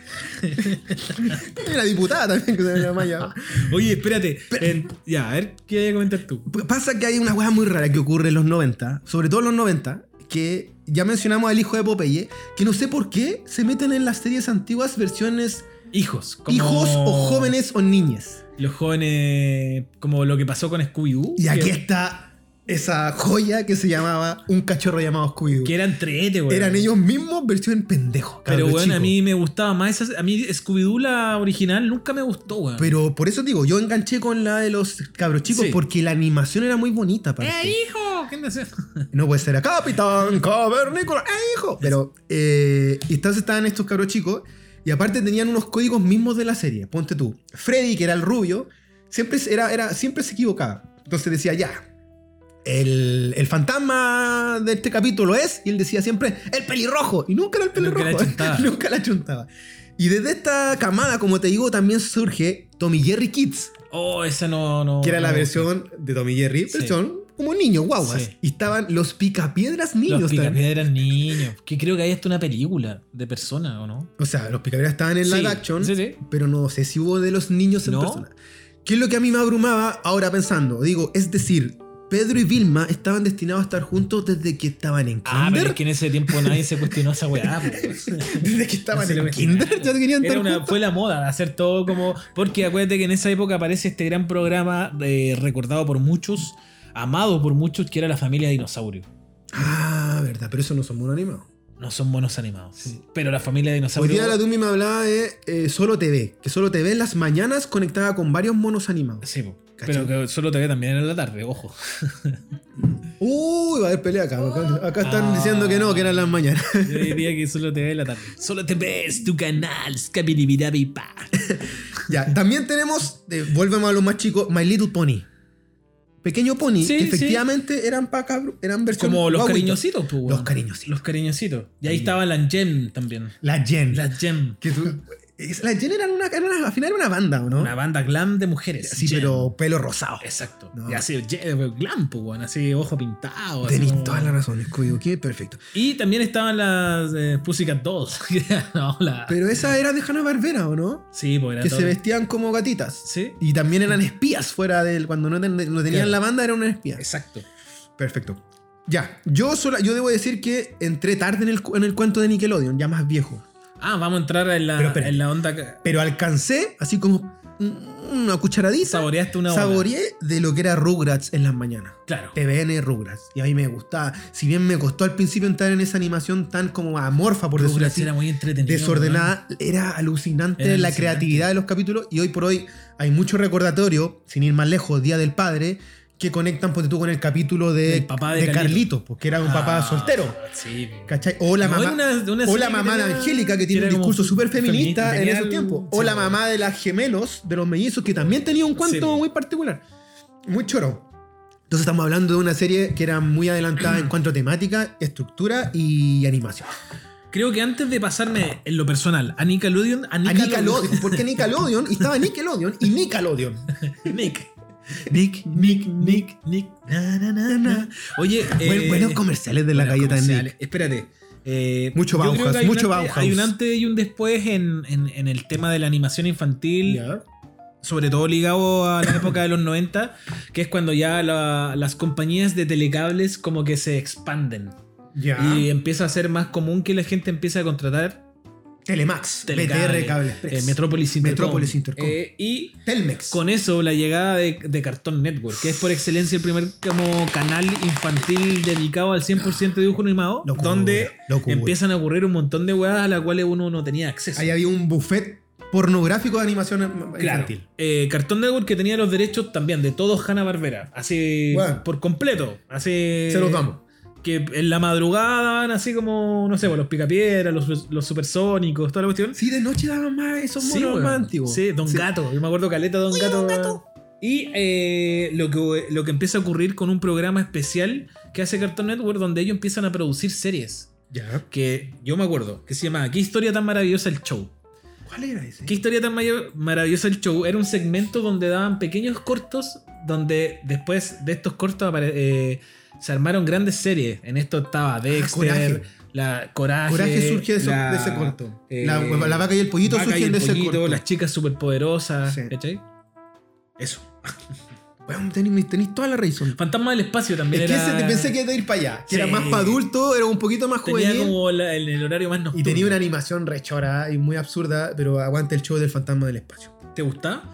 B: Era diputada también que se llama Maya.
A: Oye, espérate. en- ya, a ver, ¿qué hay a comentar tú?
B: Pues Pasa que hay una hueá muy rara que ocurre en los 90, sobre todo en los 90, que ya mencionamos al hijo de Popeye, que no sé por qué se meten en las series antiguas versiones
A: Hijos. como-
B: hijos o jóvenes o niñas.
A: Los jóvenes, como lo que pasó con Scooby-Doo.
B: Y aquí
A: que-
B: está esa joya que se llamaba Un cachorro llamado Scooby-Doo.
A: Que eran trete, güey.
B: Eran ellos mismos versión pendejo.
A: Pero,
B: cabros
A: bueno, a
B: chicos.
A: mí me gustaba más. Esas, a mí Scooby-Doo, la original, nunca me gustó, ¡Eh, güey.
B: Pero por eso digo, yo enganché con la de los cabros chicos
A: Sí.
B: porque la animación era muy bonita. aparte.
A: ¡Eh, hijo! ¿Qué me haces?
B: No puede ser a Capitán Cavernícola, ¡eh, hijo! Pero, eh, y entonces estaban estos cabros chicos, y aparte tenían unos códigos mismos de la serie. Ponte tú, Freddy, que era el rubio, siempre, se- era, era, siempre se equivocaba. Entonces decía, ya, el, el fantasma de este capítulo es, y él decía siempre, el pelirrojo, y nunca era el
A: Nunca la
B: pelirrojo,
A: chuntaba.
B: nunca la chuntaba. Y desde esta camada, como te digo, también surge Tommy Jerry Kids
A: Oh, esa no. no
B: que era la
A: no.
B: versión de Tommy Jerry,
A: Sí.
B: versión como niño, guaguas.
A: Sí.
B: Y estaban los picapiedras niños
A: Los
B: también.
A: Picapiedra eran niños. Que creo que hay hasta una película de persona, ¿o no?
B: O sea, los picapiedras estaban en
A: Sí,
B: live action,
A: sí, sí.
B: pero no sé si hubo de los niños en
A: No.
B: persona. ¿Qué es lo que a mí me abrumaba ahora pensando? Digo, es decir, Pedro y Vilma estaban destinados a estar juntos desde que estaban en
A: Ah, pero
B: kinder.
A: es que en ese tiempo nadie se cuestionó esa weá. po.
B: Desde que estaban
A: No se lo
B: en
A: imaginaba.
B: kinder ya querían estar
A: Era una,
B: juntos.
A: fue la moda de hacer todo como. Porque acuérdate que en esa época aparece este gran programa eh, recordado por muchos, amado por muchos, que era la familia dinosaurio.
B: Ah, verdad, pero eso no son monos animados.
A: No son monos animados. Pero la familia
B: Hoy
A: dinosaurio.
B: día la Dumi me hablaba de eh, Solo TV, que Solo TV en las mañanas conectaba con varios monos animados.
A: Sí, po.
B: ¿Cachai?
A: pero que solo te ve también en la tarde, ojo.
B: Uy, va a haber pelea acá. Acá, acá están
A: Ah.
B: diciendo que no, que eran las mañanas.
A: Yo diría que solo te ve en la tarde. Solo te ves tu canal, Scabidibidabidpa.
B: ya, también tenemos, eh, volvemos a los más chicos, My Little Pony. Pequeño Pony,
A: Sí,
B: que
A: sí.
B: efectivamente eran para cabro, eran versión
A: Como los
B: guaguitas.
A: cariñositos, pues, weón.
B: Los cariñositos.
A: Los cariñositos. Y ahí estaba la Gem también.
B: La Jen.
A: La Gem.
B: que tú- es- la Jen era una, era una- al final era una banda, ¿o no?
A: Una banda glam de mujeres.
B: sí,
A: Gem.
B: pero pelo rosado.
A: Exacto.
B: No.
A: Y así, Gem, glam, pues, weón. Así, ojo pintado. así
B: Tenéis
A: como-
B: toda la razón, Scooby-Doo, qué perfecto.
A: Y también estaban las eh, Pussycat Dolls. no, la...
B: Pero esa era de Hanna-Barbera, ¿o no?
A: Sí, pues era
B: Que
A: todo-
B: se vestían como gatitas.
A: Sí.
B: Y también eran espías fuera del. Cuando no, ten- no tenían
A: Claro.
B: la banda, eran unas espías.
A: Exacto.
B: Perfecto. Ya, yo, sola, yo debo decir que entré tarde en el, cu- en el cuento de Nickelodeon, ya más viejo.
A: Ah, vamos a entrar en la,
B: Pero espérate.
A: en la onda. que-
B: Pero alcancé, así como mm, una cucharadita,
A: Saboreaste una ola.
B: saboreé de lo que era Rugrats en las mañanas.
A: Claro.
B: TVN Rugrats. Y a mí me gustaba. Si bien me costó al principio entrar en esa animación tan como amorfa, por decirlo
A: Rugrats
B: así,
A: era muy entretenido.
B: desordenada, era alucinante
A: Era
B: la
A: alucinante.
B: creatividad de los capítulos. Y hoy por hoy hay mucho recordatorio, sin ir más lejos, Día del Padre, que conectan, ponte tú, con el capítulo de,
A: Del papá de
B: de
A: Carlito.
B: Carlitos, porque era un papá
A: Ah,
B: soltero.
A: Sí. po.
B: ¿Cachai? O la
A: No,
B: mamá,
A: era una- una
B: o
A: serie
B: la
A: que
B: mamá de
A: tenía-
B: Angélica que
A: que
B: tiene un
A: era como
B: discurso
A: fu-
B: súper feminista
A: feminista,
B: en
A: tenía
B: esos
A: el-
B: tiempos.
A: sí,
B: O la
A: po.
B: mamá de las gemelos, de los mellizos, que también tenía un cuento
A: Sí, po.
B: muy particular. Muy choro. Entonces estamos hablando de una serie que era muy adelantada en cuanto a temática, estructura y animación.
A: Creo que antes de pasarme en lo personal a Nickelodeon, a
B: A
A: Nickelodeon.
B: Nickelodeon, porque Nickelodeon, y estaba Nickelodeon y Nickelodeon.
A: Nick. Nick, Nick, Nick, Nick. Na, na, na, na. Oye,
B: Buen- Eh, buenos comerciales de la
A: buenos
B: galleta de
A: comerciales. Espérate. Eh,
B: Mucho
A: yo creo que
B: Bauhaus,
A: hay un
B: mucho
A: antes-
B: Bauhaus.
A: Hay un antes y un después en, en- en el tema de la animación infantil,
B: Ya.
A: sobre todo ligado a la época de los 90, que es cuando ya la- las compañías de telecables como que se expanden.
B: Ya. Eh,
A: Y empieza a ser más común que la gente empiece a contratar
B: Telemax,
A: Telecable,
B: BTR Cable
A: eh,
B: Express.
A: Metrópolis Intercom.
B: Metrópolis Intercom.
A: Eh, y
B: Telmex.
A: con eso la llegada de, de Cartoon Network, que es por excelencia el primer como canal infantil dedicado al 100% de dibujo animado,
B: Locura,
A: donde
B: locura.
A: empiezan a ocurrir un montón de weas a las cuales uno no tenía acceso.
B: Ahí había un buffet pornográfico de animación
A: Claro.
B: infantil.
A: Eh, Cartoon Network que tenía los derechos también de todos Hanna Barbera. Así
B: Bueno.
A: por completo. Así
B: Se los damos.
A: Que en la madrugada daban así como, no sé, pues, los picapiedras, los, los supersónicos, toda la cuestión.
B: Sí, de noche daban más esos monos
A: weón.
B: más antiguos.
A: Sí, Don Gato. Yo me acuerdo caleta Don Gato. Y eh, lo, que, lo que empieza a ocurrir con un programa especial que hace Cartoon Network donde ellos empiezan a producir series.
B: Ya.
A: Que yo me acuerdo, que se llama ¿Qué historia tan maravillosa el show?
B: ¿Cuál era ese?
A: ¿Qué historia tan mayo- maravillosa el show? Era un segmento donde daban pequeños cortos, donde después de estos cortos apare- eh, se armaron grandes series. En esto estaba Dexter,
B: Ah, Coraje.
A: la Coraje.
B: Coraje surge de, eso-
A: la-
B: de ese corto.
A: eh,
B: la, hueva- la vaca y el pollito
A: Vaca y
B: surgen
A: el
B: de ese
A: Pollito,
B: corto.
A: Las chicas superpoderosas.
B: Sí.
A: ¿cachai?
B: Eso. Weón, tenéis, tenéis toda la razón.
A: Fantasma del espacio también
B: Es que
A: era.
B: ese- pensé que iba a ir para allá. Que era
A: Sí.
B: más para adulto, era un poquito más
A: tenía
B: juvenil.
A: como la- el, el horario más nocturno.
B: Y tenía una animación rechora y muy absurda, pero aguante el show del fantasma del espacio.
A: ¿Te gusta?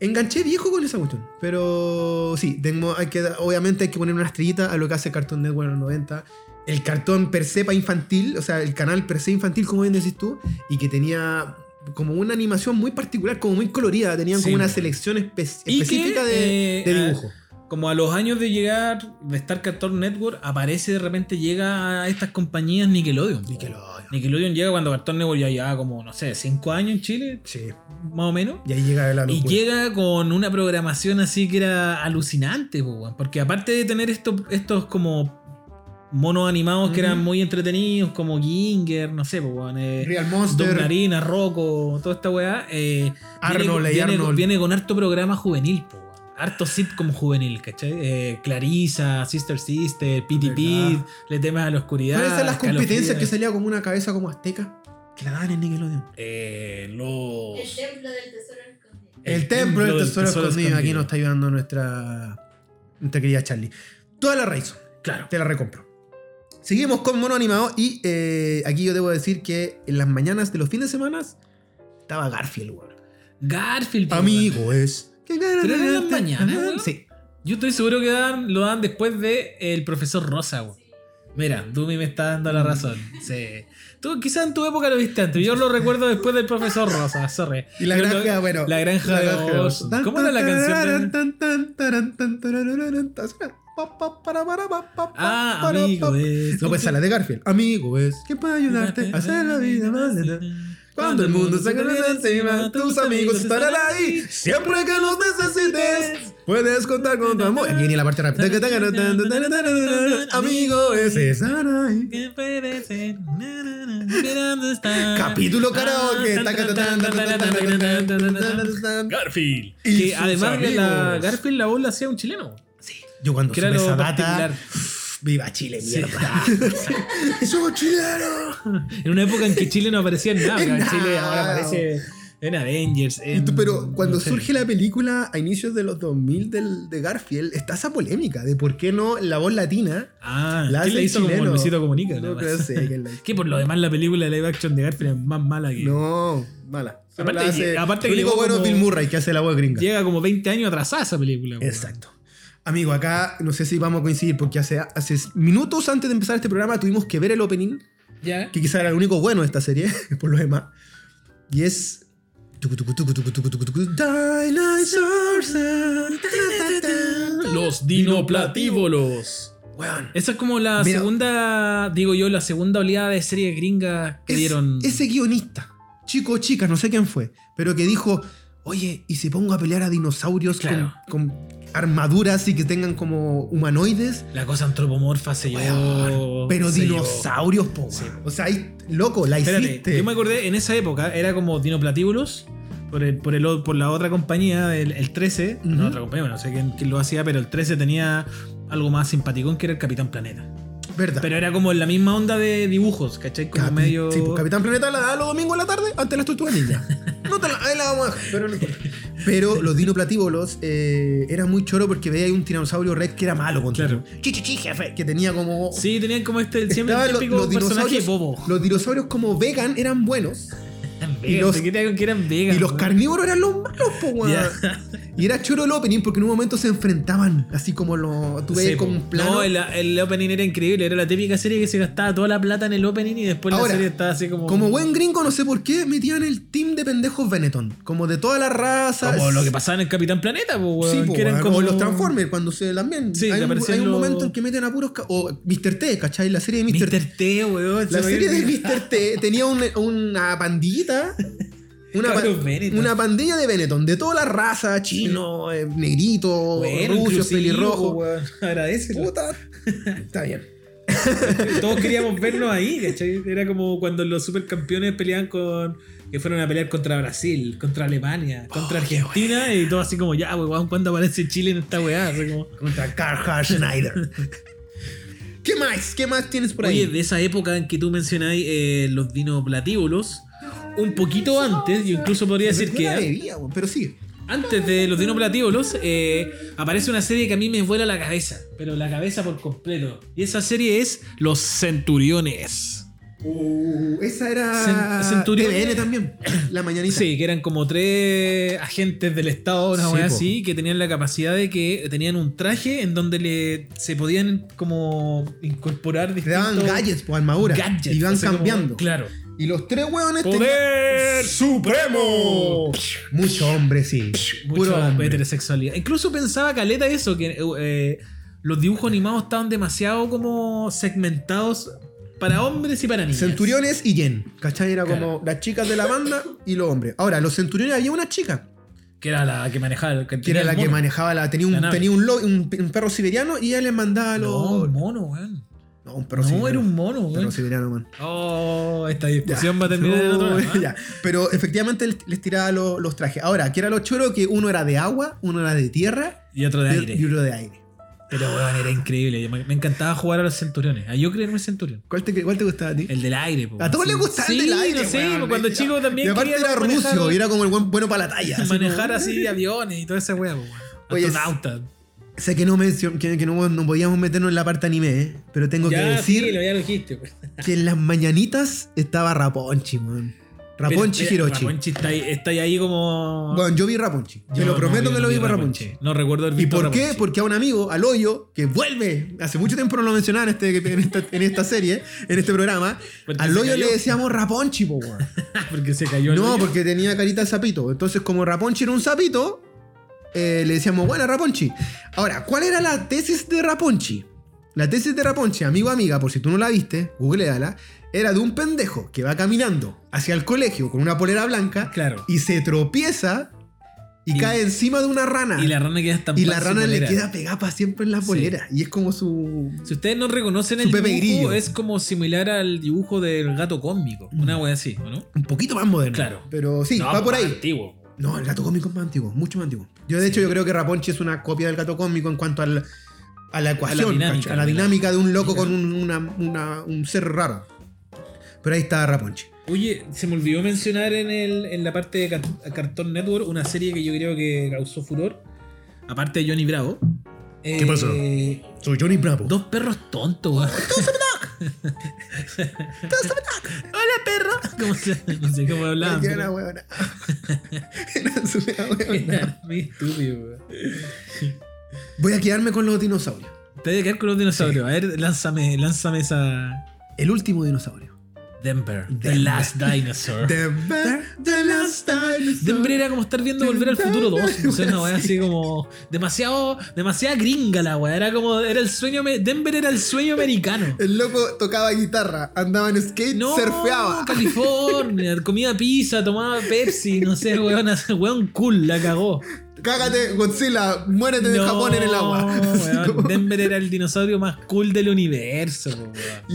B: Enganché viejo con esa cuestión. Pero sí, tengo, hay que, obviamente hay que poner una estrellita a lo que hace Cartoon Network en los 90. El cartón per se pa infantil, o sea, el canal per se infantil, como bien decís tú, y que tenía como una animación muy particular, como muy colorida. Tenían
A: Sí,
B: como una
A: bueno.
B: selección espe-
A: Y que,
B: específica de,
A: eh,
B: de dibujo.
A: Como a los años de llegar, de estar Cartoon Network, aparece de repente, llega a estas compañías Nickelodeon.
B: Nickelodeon.
A: Nickelodeon llega cuando Cartoon Network ya llevaba como, no sé, 5 años en Chile,
B: Sí,
A: más o menos.
B: y ahí llega la
A: Y
B: locura.
A: llega con una programación así que era alucinante, po, weón. porque aparte de tener estos, estos como monos animados que eran
B: Ujú.
A: muy entretenidos, como Ginger, no sé, po, weón, eh,
B: Real
A: Don
B: Monster,
A: Narina, Rocco, toda esta weá. eh,
B: Arnold,
A: viene,
B: y
A: viene-
B: Arnold.
A: viene con harto programa juvenil, po, weón. harto sitcom juvenil, ¿cachai? Eh, Clarisa, Sister Sister, Pity Pit,
B: Verdad.
A: Le temas a la oscuridad.
B: ¿Cuáles eran las
A: Escalofríos.
B: competencias que salía como una cabeza como azteca? Que la daban en Nickelodeon.
A: Eh, los-
C: El templo del tesoro escondido.
B: El, templo del tesoro, escondido. Aquí
A: escondido.
B: nos está ayudando nuestra, nuestra querida Charlie. Toda la razón.
A: Claro.
B: Te la recompro. Seguimos con Mono Animado y eh, aquí yo debo decir que en las mañanas de los fines de semana estaba Garfield, weón.
A: Garfield. po, weón.
B: Amigo es.
A: era en las mañanas, weón.
B: Sí.
A: Yo estoy seguro que dan- lo dan después de El Profesor Rosa, weón. Mira, Dumi me está dando la razón. Sí. Tú, quizás en tu época lo viste antes. Yo lo recuerdo después del Profesor Rosa, sorry.
B: Y la
A: Pero
B: granja,
A: no-
B: bueno.
A: La granja de Oz. ¿Cómo era la canción? de- Ah, amigo, es.
B: No, pues a la de Garfield. Amigo es. ¿Qué puede ayudarte a hacer la vida más? Cuando el mundo se cae de encima, tus amigos estarán ahí. Siempre que los necesites, puedes contar con tu amor. Aquí viene la parte rápida. Amigo, ese es ahí.
A: ¿Qué puede ser? Na, na, na, mirando está. Ah,
B: Capítulo karaoke.
A: Garfield.
B: Y
A: Que
B: sus
A: además de la
B: amigos.
A: Garfield, la voz la hacía un chileno.
B: Yo cuando
A: Que era lo
B: supe esa
A: particular.
B: data, viva Chile,
A: Sí.
B: mierda. ¡Somos chilenos!
A: En una época en que Chile no aparecía en nada.
B: En
A: En Chile
B: nada.
A: ahora aparece en Avengers.
B: Y
A: en-
B: tú, pero cuando
A: no sé.
B: surge la película a inicios de los 2000 del, de Garfield, está esa polémica de por qué no la voz latina.
A: Ah,
B: La
A: ¿qué
B: hace
A: le hizo como
B: chileno.
A: Luisito Comunica?
B: No,
A: nomás?
B: creo que sea que la-
A: Que por lo demás la película de live action de Garfield es más mala que.
B: No, mala. Solo
A: Aparte
B: la
A: que- aparte
B: lo
A: que
B: único
A: llegó
B: bueno es
A: como-
B: Bill Murray, que hace la voz gringa.
A: Llega como 20 años atrasada esa película. weón.
B: Exacto. Amigo, acá no sé si vamos a coincidir porque hace, hace minutos antes de empezar este programa tuvimos que ver el opening,
A: Ya.
B: que quizá era el único bueno de esta serie, por lo demás. Y es... Dinosaurs.
A: Los dinoplatívolos.
B: Weón.
A: Esa es como la
B: Mira.
A: segunda, digo yo, la segunda oleada de series gringas que
B: Es-
A: dieron.
B: Ese guionista, chico o chica, no sé quién fue, pero que dijo, oye, ¿y si pongo a pelear a dinosaurios con-
A: Claro.
B: con, armaduras y que tengan como humanoides?
A: La cosa antropomorfa se llevó.
B: Weón, pero
A: se llevó.
B: dinosaurios, po.
A: Oh, Sí.
B: O sea, ahí, loco, la
A: Espérate,
B: hiciste.
A: yo me acordé, en esa época era como Dinoplatíbulos por, el, por, el, o- por la otra compañía, el, el 13. No,
B: Ujú.
A: otra compañía, bueno, no sé quién, quién lo hacía, pero el 13 tenía algo más simpaticón que era el Capitán Planeta.
B: Verdad.
A: Pero era como en la misma onda de dibujos, ¿cachai? Como
B: Capi-
A: medio.
B: sí, pues, Capitán Planeta la da los domingos en la tarde ante las tortugas ninja. No te la, ahí la vamos a dejar, pero no importa. Pero los dinoplatíbolos eh, eran muy choro porque veía ahí un tiranosaurio red que era malo contra
A: Claro.
B: Chichichi, jefe, que tenía como.
A: Sí, tenían como este siempre
B: Estaban
A: el
B: los-
A: típico
B: los
A: personaje
B: dinosaurios-
A: bobo.
B: Los dinosaurios como vegan eran buenos. y los-
A: Te quería que eran vegan.
B: Y los
A: weón.
B: carnívoros eran los malos, po, weón.
A: Ya.
B: Y era choro el opening porque en un momento se enfrentaban, así como lo. Tú veías
A: Sí,
B: como
A: po.
B: un plano.
A: No, el, el opening era increíble. Era la típica serie que se gastaba toda la plata en el opening y después la
B: Ahora,
A: serie estaba así como.
B: Como buen gringo, no sé por qué, metían el team de pendejos Benetton. Como de toda la raza.
A: como lo que pasaba en el Capitán Planeta, po, weón,
B: Sí, po,
A: que eran
B: weón.
A: como
B: o los Transformers, cuando se también.
A: Sí,
B: hay,
A: que
B: un,
A: aparecían
B: hay un
A: los-
B: momento en que meten a puros. ca- O Mr. T, ¿cachai? La serie de Mr. T.
A: Mr. T, weón.
B: La
A: se me
B: serie de
A: olvidó.
B: Mr. T tenía un- una pandillita. Una, pa-
A: Cabros Benetton.
B: una pandilla de Benetton, de toda la raza, chino, eh, negrito,
A: Bueno,
B: ruso,
A: inclusivo,
B: pelirrojo.
A: weón. Agradecelo.
B: Puta. Está bien.
A: Todos queríamos vernos ahí, ¿cachai? Era como cuando los supercampeones peleaban con. que fueron a pelear contra Brasil, contra Alemania,
B: Oh,
A: contra Argentina, y todo así como, ya, weón, ¿cuándo aparece Chile en esta weá? Así como.
B: Contra Carl Schneider. ¿Qué más? ¿Qué más tienes por ahí?
A: Oye, de esa época en que tú mencionáis eh, los dinoplatíbulos, un poquito antes, yo incluso podría decir
B: Yo la
A: que
B: bebía, weón, pero sigue.
A: antes de los dinoplatíbulos, eh, aparece una serie que a mí me vuela la cabeza, pero la cabeza por completo. Y esa serie es Los Centuriones.
B: Uh, esa era
A: Cen- Centurión.
B: TVN también. La mañanita.
A: Sí, que eran como tres agentes del Estado, una
B: Sí,
A: weá
B: po.
A: así, que tenían la capacidad de que tenían un traje en donde le, se podían como incorporar
B: Te
A: distintos
B: daban gadgets o armaduras.
A: gadgets,
B: y iban
A: así como-
B: cambiando.
A: claro.
B: Y los tres hueones
A: ¡Poder
B: supremo. Mucho hombre, sí.
A: Mucho
B: Puro hombre.
A: heterosexualidad. Incluso pensaba Caleta eso, que eh, los dibujos animados estaban demasiado como segmentados para hombres y para niñas.
B: Centuriones y Yen. ¿Cachai? Era
A: Claro.
B: como las chicas de la banda y los hombres. Ahora, los centuriones había una chica.
A: Que era la que manejaba.
B: Que era la que
A: manejaba.
B: manejaba la. Tenía un,
A: La nave.
B: tenía un, lo- un, un perro siberiano y ella le mandaba los.
A: No, un mono, weón.
B: No, un perro
A: No,
B: siberiano.
A: era un mono, eh. weón.
B: perro siberiano, man.
A: Oh, esta discusión va a terminar en otro
B: No,
A: lado, ¿ah?
B: ya. Pero efectivamente les- les tiraba lo- los trajes. Ahora, que era lo choro que uno era de agua, uno era de tierra
A: Y otro de
B: y-
A: aire.
B: y uno de aire.
A: Pero weón, era increíble. Yo Me, me encantaba jugar a los centuriones. A yo creerme centurión.
B: ¿Cuál te, cuál te gustaba a ti?
A: El del aire, po.
B: A todos
A: Sí.
B: les gustaba
A: Sí,
B: el del aire.
A: No sé,
B: weón.
A: po, cuando
B: Y-
A: chico también.
B: Y aparte
A: quería
B: era
A: como manejar-
B: rucio, y era como el buen bueno para la talla. así
A: manejar
B: como-
A: así aviones y toda esa weá, po, weón.
B: Oye,
A: Astronauta.
B: Sé que no mencio- que, que no, no podíamos meternos en la parte anime, ¿eh? pero tengo que
A: Ya, sí,
B: decir
A: lo ya lo dijiste, pues. weón.
B: que en las mañanitas estaba Raponchi, weón. Raponchi
A: Mira, mira,
B: Hirochi.
A: Raponchi está ahí, está ahí como.
B: Bueno, yo vi Raponchi. Te
A: Yo
B: lo
A: no
B: prometo
A: vi-
B: que
A: no
B: lo vi por
A: Raponchi.
B: Raponchi.
A: No recuerdo el
B: ¿Y
A: Víctor
B: por qué?
A: Raponchi.
B: Porque a un amigo, al hoyo, que vuelve, hace mucho tiempo no lo mencionaban en, este, en, esta, en esta serie, en este programa,
A: Porque
B: al
A: se
B: hoyo
A: cayó.
B: le decíamos Raponchi, po, weón.
A: porque se cayó el
B: No,
A: hoyo.
B: porque tenía carita de sapito. Entonces, como Raponchi era un sapito, eh, le decíamos, bueno, Raponchi. Ahora, ¿cuál era la tesis de Raponchi? La tesis de Raponchi, amigo amiga, por si tú no la viste, googleala, era de un pendejo que va caminando hacia el colegio con una polera blanca
A: Claro.
B: y se tropieza y,
A: Y-
B: cae encima de una rana.
A: Y la rana queda estampada.
B: Y la
A: en su
B: rana le
A: polera.
B: queda pegada para siempre en la
A: Sí.
B: polera. Y es como su.
A: Si ustedes no reconocen
B: Su
A: el
B: Pepe
A: dibujo,
B: Grillo.
A: es como similar al dibujo del gato cósmico. Una wea así, ¿o ¿no?
B: Un poquito más moderno.
A: Claro.
B: Pero Mm. sí,
A: No,
B: va por
A: más
B: ahí.
A: Antiguo.
B: No, el gato cómico es más antiguo, mucho más antiguo. Yo, de hecho, yo creo que Raponchi es una copia del gato cómico en cuanto al- a la ecuación, ¿cachai? a la dinámica,
A: dinámica, ¿no?
B: de un loco con un, una- una- un ser raro. Pero ahí está Raponchi.
A: Oye, se me olvidó mencionar en, el, en la parte de Car- Cartoon Network una serie que yo creo que causó furor. Aparte de Johnny Bravo. Eh,
B: ¿Qué pasó? Soy Johnny Bravo.
A: Dos perros tontos, weón. ¡Hola, perro! ¿Cómo se, no sé cómo hablaban.
B: Era una
A: pero
B: huevona. Era su- una huevona.
A: Era muy estúpido, weón.
B: Voy a quedarme con los dinosaurios.
A: Te voy a quedar con los dinosaurios. A ver, lánzame, lánzame esa.
B: El último dinosaurio.
A: Denver. The
B: Denver.
A: Last Dinosaur.
B: Denver, the last dinosaur.
A: Denver era como estar viendo Volver al Futuro 2. No sé, una weá así como. Demasiado. Demasiada gringa la weá. Era como. Era el sueño. me- Denver era el sueño americano.
B: El loco tocaba guitarra, andaba en skate,
A: No,
B: surfeaba.
A: California, comía pizza, tomaba Pepsi, no sé, weón, weón cool, la cagó.
B: Cágate, Godzilla, muérete de
A: No,
B: Japón en el agua. Así
A: weón,
B: como-
A: Denver era el dinosaurio más cool del universo, po, weón.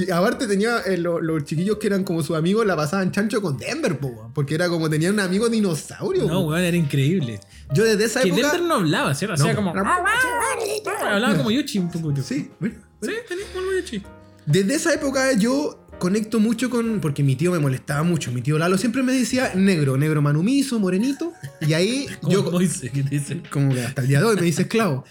B: Y aparte tenía eh, lo- los chiquillos que eran como sus amigos la pasaban chancho con Denver, po, weón, porque era como tenían un amigo dinosaurio.
A: No,
B: weón.
A: weón, era increíble.
B: Yo desde esa
A: Que
B: época.
A: Denver no hablaba, ¿cierto? Hacía
B: No,
A: como. "Ah,
B: era-
A: Hablaba como Yoshi un poco.
B: Sí, mira,
A: Sí,
B: mira.
A: tenía como Yoshi.
B: Desde esa época yo conecto mucho con. Porque mi tío me molestaba mucho. Mi tío Lalo siempre me decía negro, negro manumiso, morenito. Y ahí
A: ¿Cómo,
B: yo.
A: cómo dice? ¿Qué te dice?
B: Como que hasta el día de hoy me dice esclavo.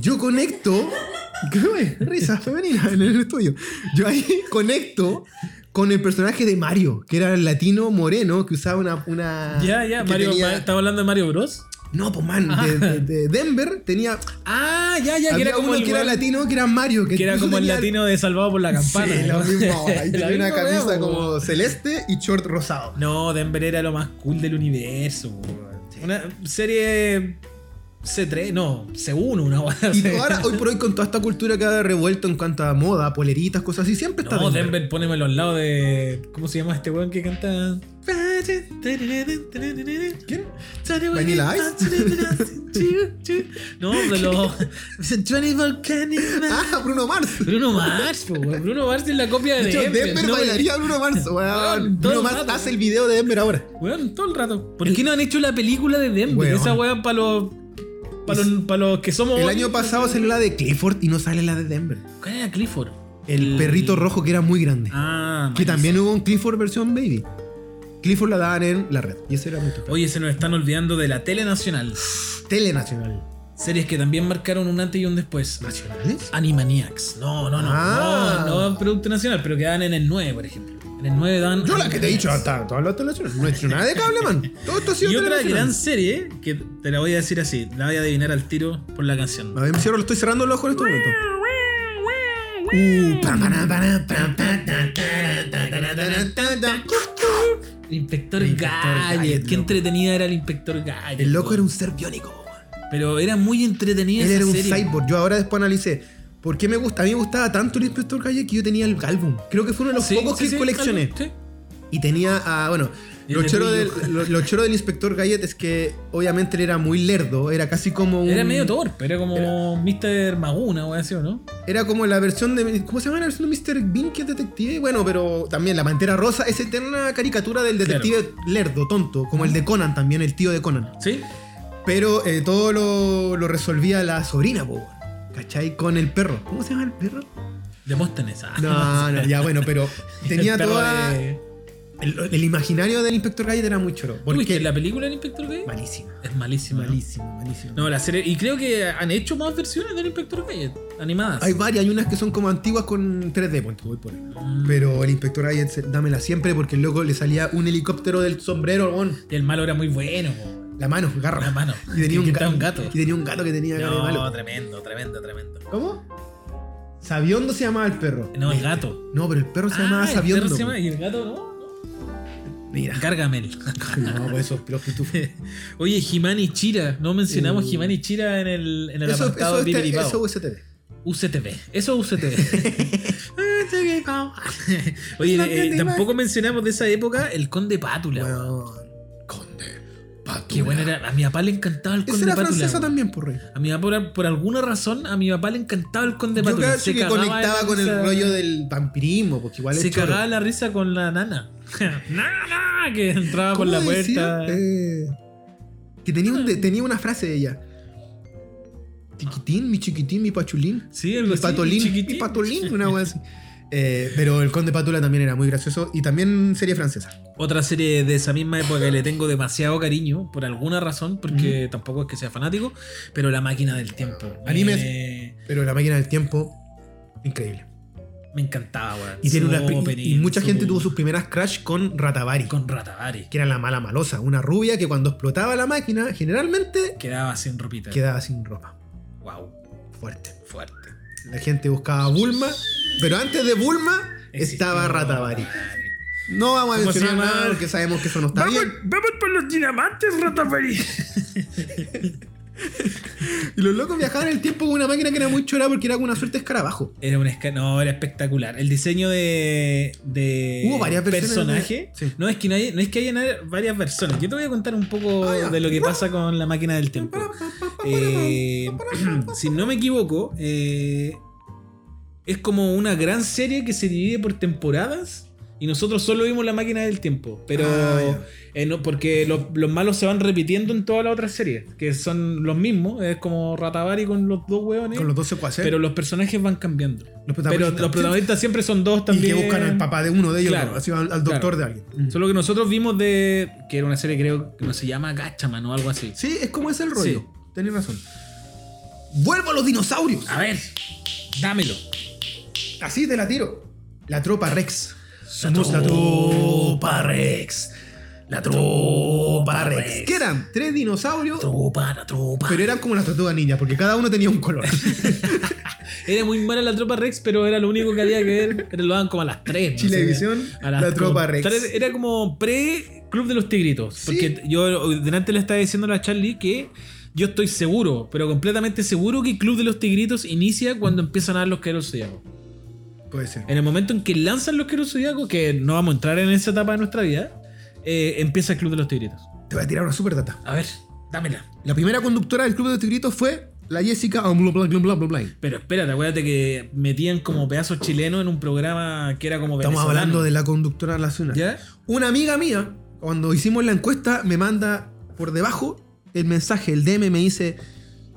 B: Yo conecto. ¿Qué fue? Risa femenina en el estudio. Yo ahí conecto con el personaje de Mario, que era el latino moreno que usaba una. una
A: Ya, ya,
B: que
A: Mario,
B: tenía-
A: ma- ¿estaba hablando de Mario Bros?
B: No, pues man,
A: Ah.
B: de, de- de Denver tenía.
A: Ah, ya, ya, que
B: había
A: era como
B: uno
A: el,
B: que era
A: weón-
B: latino, que era Mario. Que
A: que era como el
B: tenía-
A: latino de Salvado por la Campana.
B: Sí, lo
A: ¿no?
B: mismo. Ahí
A: La
B: tenía una
A: misma
B: camisa
A: wea,
B: como
A: weón.
B: celeste y short rosado.
A: No, Denver era lo más cool del universo. weón. Una serie C3, no, C1, una weá
B: Y
A: así.
B: ahora, hoy por hoy, con toda esta cultura que ha revuelto en cuanto a moda, poleritas, cosas así, siempre está
A: No,
B: Denver.
A: Denver, ponémelo al lado de. ¿Cómo se llama este weón que canta?
B: ¿Quién? ¿Vanilla
A: Ice? No, de los. 24 Candy Man.
B: Ah, Bruno Mars.
A: Bruno Mars, po, weón. Bruno Mars es la copia de,
B: De hecho,
A: Denver.
B: Denver
A: no,
B: bailaría a Bruno Mars. weón.
A: Weón, todo
B: Bruno
A: el
B: Mars
A: rato.
B: hace el video de Denver ahora.
A: Weón, todo el rato. ¿Por qué no han hecho la película de Denver?
B: Weón.
A: Esa weón para los. Para los, pa' los que somos.
B: El
A: hoy.
B: año pasado salió la de Clifford y no sale la de Denver.
A: ¿Cuál era Clifford?
B: El perrito rojo que era muy grande.
A: Ah,
B: que
A: malísimo.
B: también hubo un Clifford versión baby. Clifford la daban en la red. Y ese era muy tocado.
A: Oye, se nos están olvidando de la tele nacional.
B: Telenacional.
A: Series que también marcaron un antes y un después.
B: ¿Nacionales?
A: Animaniacs. No, no, no.
B: Ah.
A: No, no producto nacional, pero quedaban en el 9, por ejemplo. En el 9 dan.
B: Yo la que te he dicho,
A: Animaniacs.
B: hasta todas las telenacionales. No he hecho nada de cable, man. Todo esto ha sido
A: Y otra
B: telenacional.
A: gran serie que te la voy a decir así, la voy a adivinar al tiro por la canción.
B: A ver, me cierro, lo estoy cerrando los ojos en este momento. Uh, pam, pam, pam, pam, pam, tan, tan, tan, tan, tan, tan, tan.
A: El Inspector,
B: El Inspector
A: Gadget.
B: Gadget,
A: Qué
B: loco.
A: entretenida era el Inspector Gadget.
B: El loco
A: weón.
B: era un ser biónico. weón.
A: Pero era muy entretenida
B: Él
A: esa
B: era un
A: serie.
B: cyborg. Yo ahora después analicé. ¿Por qué me gusta? A mí me gustaba tanto el Inspector Gadget que yo tenía el álbum. Creo que fue uno de los
A: Sí,
B: pocos
A: sí,
B: que
A: sí,
B: coleccioné.
A: algo, sí.
B: Y tenía a. Bueno,
A: Y
B: lo
A: el de
B: choro, del,
A: brillo.
B: lo, lo choro del Inspector Gadget es que obviamente él era muy lerdo. Era casi como un.
A: Era medio torpe, era como Mr. Maguna o así, ¿o no?
B: Era como la versión de. ¿Cómo se llama la versión de Mr. Bean que es detective? Bueno, pero también la pantera rosa es eterna caricatura del detective lerdo, tonto, como el de Conan también, el tío de Conan.
A: Sí.
B: Pero eh, todo lo, lo resolvía la sobrina, po, ¿cachai? Con el perro. ¿Cómo se llama el perro?
A: Demóstenes. ah.
B: No, no, ya bueno, pero tenía
A: El perro
B: toda.
A: de-
B: El, el imaginario del inspector Gadget era muy choro.
A: ¿Tú viste
B: Porque
A: la película del Inspector Gadget?
B: malísimo.
A: Es malísima. ¿no?
B: Malísimo, malísimo.
A: ¿no? la serie. Y creo que han hecho más versiones del Inspector Gadget animadas.
B: Hay varias, hay unas que son como antiguas con 3D, pues, voy por ahí.
A: Mm.
B: Pero el inspector Gadget, se- dámela siempre porque el loco le salía un helicóptero del sombrero, weón.
A: Y el malo era muy bueno. po.
B: La mano, garra.
A: La mano.
B: Ah, Y tenía un,
A: Que
B: gato,
A: estaba un gato.
B: Y tenía un gato que tenía cara de
A: No,
B: malo.
A: tremendo, tremendo, tremendo.
B: ¿Cómo? Sabiondo se llamaba el perro.
A: No, el gato.
B: No, pero el perro se llamaba
A: Ah, el perro
B: Sabiondo.
A: se llama- Y el gato, no.
B: weón. Mira.
A: Cárgamel.
B: No, pues eso, pero que tú-
A: Oye, Jimani Chira. No mencionamos
B: Uh.
A: Jimani Chira en el, en el
B: Eso,
A: apartado
B: eso,
A: de
B: este, eso USTD.
A: UCTV. Eso es UCTV. Oye, eh, tampoco mencionamos de esa época el Conde Pátula.
B: Weón. Conde. Pátula.
A: Qué bueno era. A mi papá le encantaba el
B: Esa
A: Conde
B: era
A: Pátula.
B: francesa también, por rey.
A: A mi papá, por, por alguna razón, a mi papá le encantaba el Conde
B: Yo
A: Pátula.
B: creo
A: Se
B: que
A: cagaba
B: conectaba
A: la
B: con el
A: risa-
B: rollo del vampirismo, porque igual
A: Se
B: es choro.
A: cagaba la risa con la nana. ¡Nana! Que entraba por la
B: ¿Cómo
A: puerta.
B: decía? Eh, que tenía, un- tenía una frase de ella. Tiquitín, mi chiquitín, mi pachulín.
A: Sí, algo
B: Mi
A: así,
B: patolín.
A: chiquitín.
B: Mi patolín, una wea así. Eh, pero el Conde Pátula también era muy gracioso y también serie francesa.
A: Otra serie de esa misma época que le tengo demasiado cariño, por alguna razón, porque tampoco es que sea fanático, pero La Máquina del Tiempo.
B: Anime.
A: Me,
B: Pero La Máquina del Tiempo, increíble.
A: me encantaba, weón.
B: Y, tiene
A: Su
B: una, y,
A: opening,
B: y mucha
A: su-
B: gente tuvo sus primeras crash con Ratavari,
A: Con Ratavari.
B: que era la mala malosa, una rubia que cuando explotaba la máquina generalmente
A: Quedaba sin ropita.
B: quedaba sin ropa.
A: Wow,
B: Fuerte.
A: fuerte.
B: La gente buscaba a Bulma, pero antes de Bulma estaba
A: Existió
B: Ratavari. No vamos a
A: ¿Cómo se
B: mencionar
A: llama?
B: nada porque sabemos que eso no está bien.
A: por los dinamantes, Ratavari.
B: Y los locos viajaban en el tiempo con una máquina que era muy chora porque era como una suerte de escarabajo.
A: Era un esca- no, era espectacular. El diseño de, de
B: Hubo varias versiones
A: personaje.
B: de- sí.
A: No es que no, hay- no es que haya na- varias versiones. Yo te voy a contar un poco
B: Ah, ya.
A: de lo que pasa con la máquina del tiempo. Eh, si no me equivoco, eh, es como una gran serie que se divide por temporadas Y nosotros solo vimos la máquina del tiempo. Pero.
B: Ah, ya.
A: eh, no, porque los, los malos se van repitiendo en todas las otras series. Que son los mismos. Es como Ratabari con los dos hueones.
B: Con los 12 cuaces.
A: pero los personajes van cambiando. Pero
B: Los protagonistas.
A: los protagonistas siempre son dos
B: Y
A: también.
B: que buscan al papá de uno de ellos,
A: Claro,
B: así, al, al doctor de alguien.
A: Solo que nosotros vimos de. Que era una serie, creo, que no se llama Gachaman o algo así.
B: Sí, es como es el rollo. Tenés razón. Vuelvo a los dinosaurios.
A: A ver, dámelo.
B: Así te la tiro. La tropa Rex. Somos
A: La
B: la
A: tropa
B: tropa Rex. La tropa Rex. Que eran tres dinosaurios,
A: Tropa, la tropa.
B: pero eran como las tortugas ninjas, porque cada uno tenía un color.
A: Era muy mala la tropa Rex, pero era lo único que había que ver. Era- Lo daban como a las 3.
B: Chilevisión, La Tropa Rex.
A: Era como pre-Club de los Tigritos. Porque yo delante le estaba diciendo a la Charlie que yo estoy seguro, pero completamente seguro que Club de los Tigritos inicia cuando empiezan a dar los Caros Zodíacos.
B: Puede ser.
A: En el momento en que lanzan los Caros Zodíacos, que no vamos a entrar en esa etapa de nuestra vida, eh, empieza el Club de los Tigritos.
B: Te voy a tirar una super data.
A: A ver, dámela.
B: La primera conductora del Club de los Tigritos fue la Jessica. Blum, blum, blum, blum, blum.
A: Pero espérate, acuérdate que metían como pedazos chilenos en un programa que era como
B: Estamos
A: venezolano.
B: hablando de la conductora nacional.
A: ¿Ya?
B: Una amiga mía, cuando hicimos la encuesta, me manda por debajo el mensaje, el DM me dice,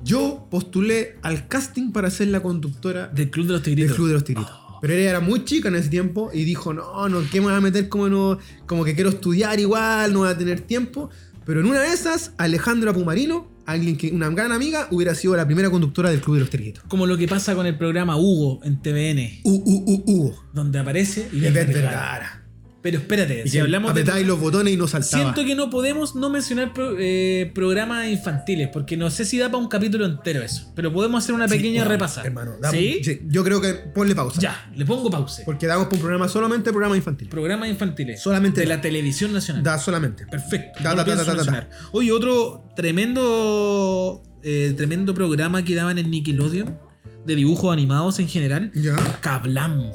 B: yo postulé al casting para ser la conductora
A: Del Club de los
B: del
A: Tigritos.
B: Club de los Tigritos. Pero ella era muy chica en ese tiempo y dijo, no, no, ¿qué me voy a meter? Como, no, como que quiero estudiar igual, no voy a tener tiempo. Pero en una de esas, Alejandra Pumarino, alguien que, una gran amiga, hubiera sido la primera conductora del Club de los Tigritos.
A: Como lo que pasa con el programa Hugo en TVN,
B: Uh, uh, uh, uh.
A: donde aparece y
B: Ivette
A: Vergara.
B: Vergara.
A: Pero espérate,
B: Y
A: si
B: que
A: hablamos de.
B: apretáis los botones y no saltaba.
A: Siento que no podemos no mencionar pro- eh, programas infantiles, porque no sé si da para un capítulo entero eso. Pero podemos hacer una
B: Sí,
A: pequeña
B: bueno,
A: repasada.
B: Hermano, damos-
A: ¿Sí?
B: sí, yo creo que ponle pausa.
A: Ya, le pongo pause.
B: Porque damos por un programa solamente programa infantil.
A: Programas infantiles.
B: Solamente
A: de
B: da.
A: la televisión nacional.
B: Da solamente.
A: Perfecto. no
B: Da, da, da,
A: pienso
B: da, da, da.
A: mencionar. Oye, otro tremendo eh, tremendo programa que daban en Nickelodeon de dibujos animados en general.
B: Ya.
A: Cablam.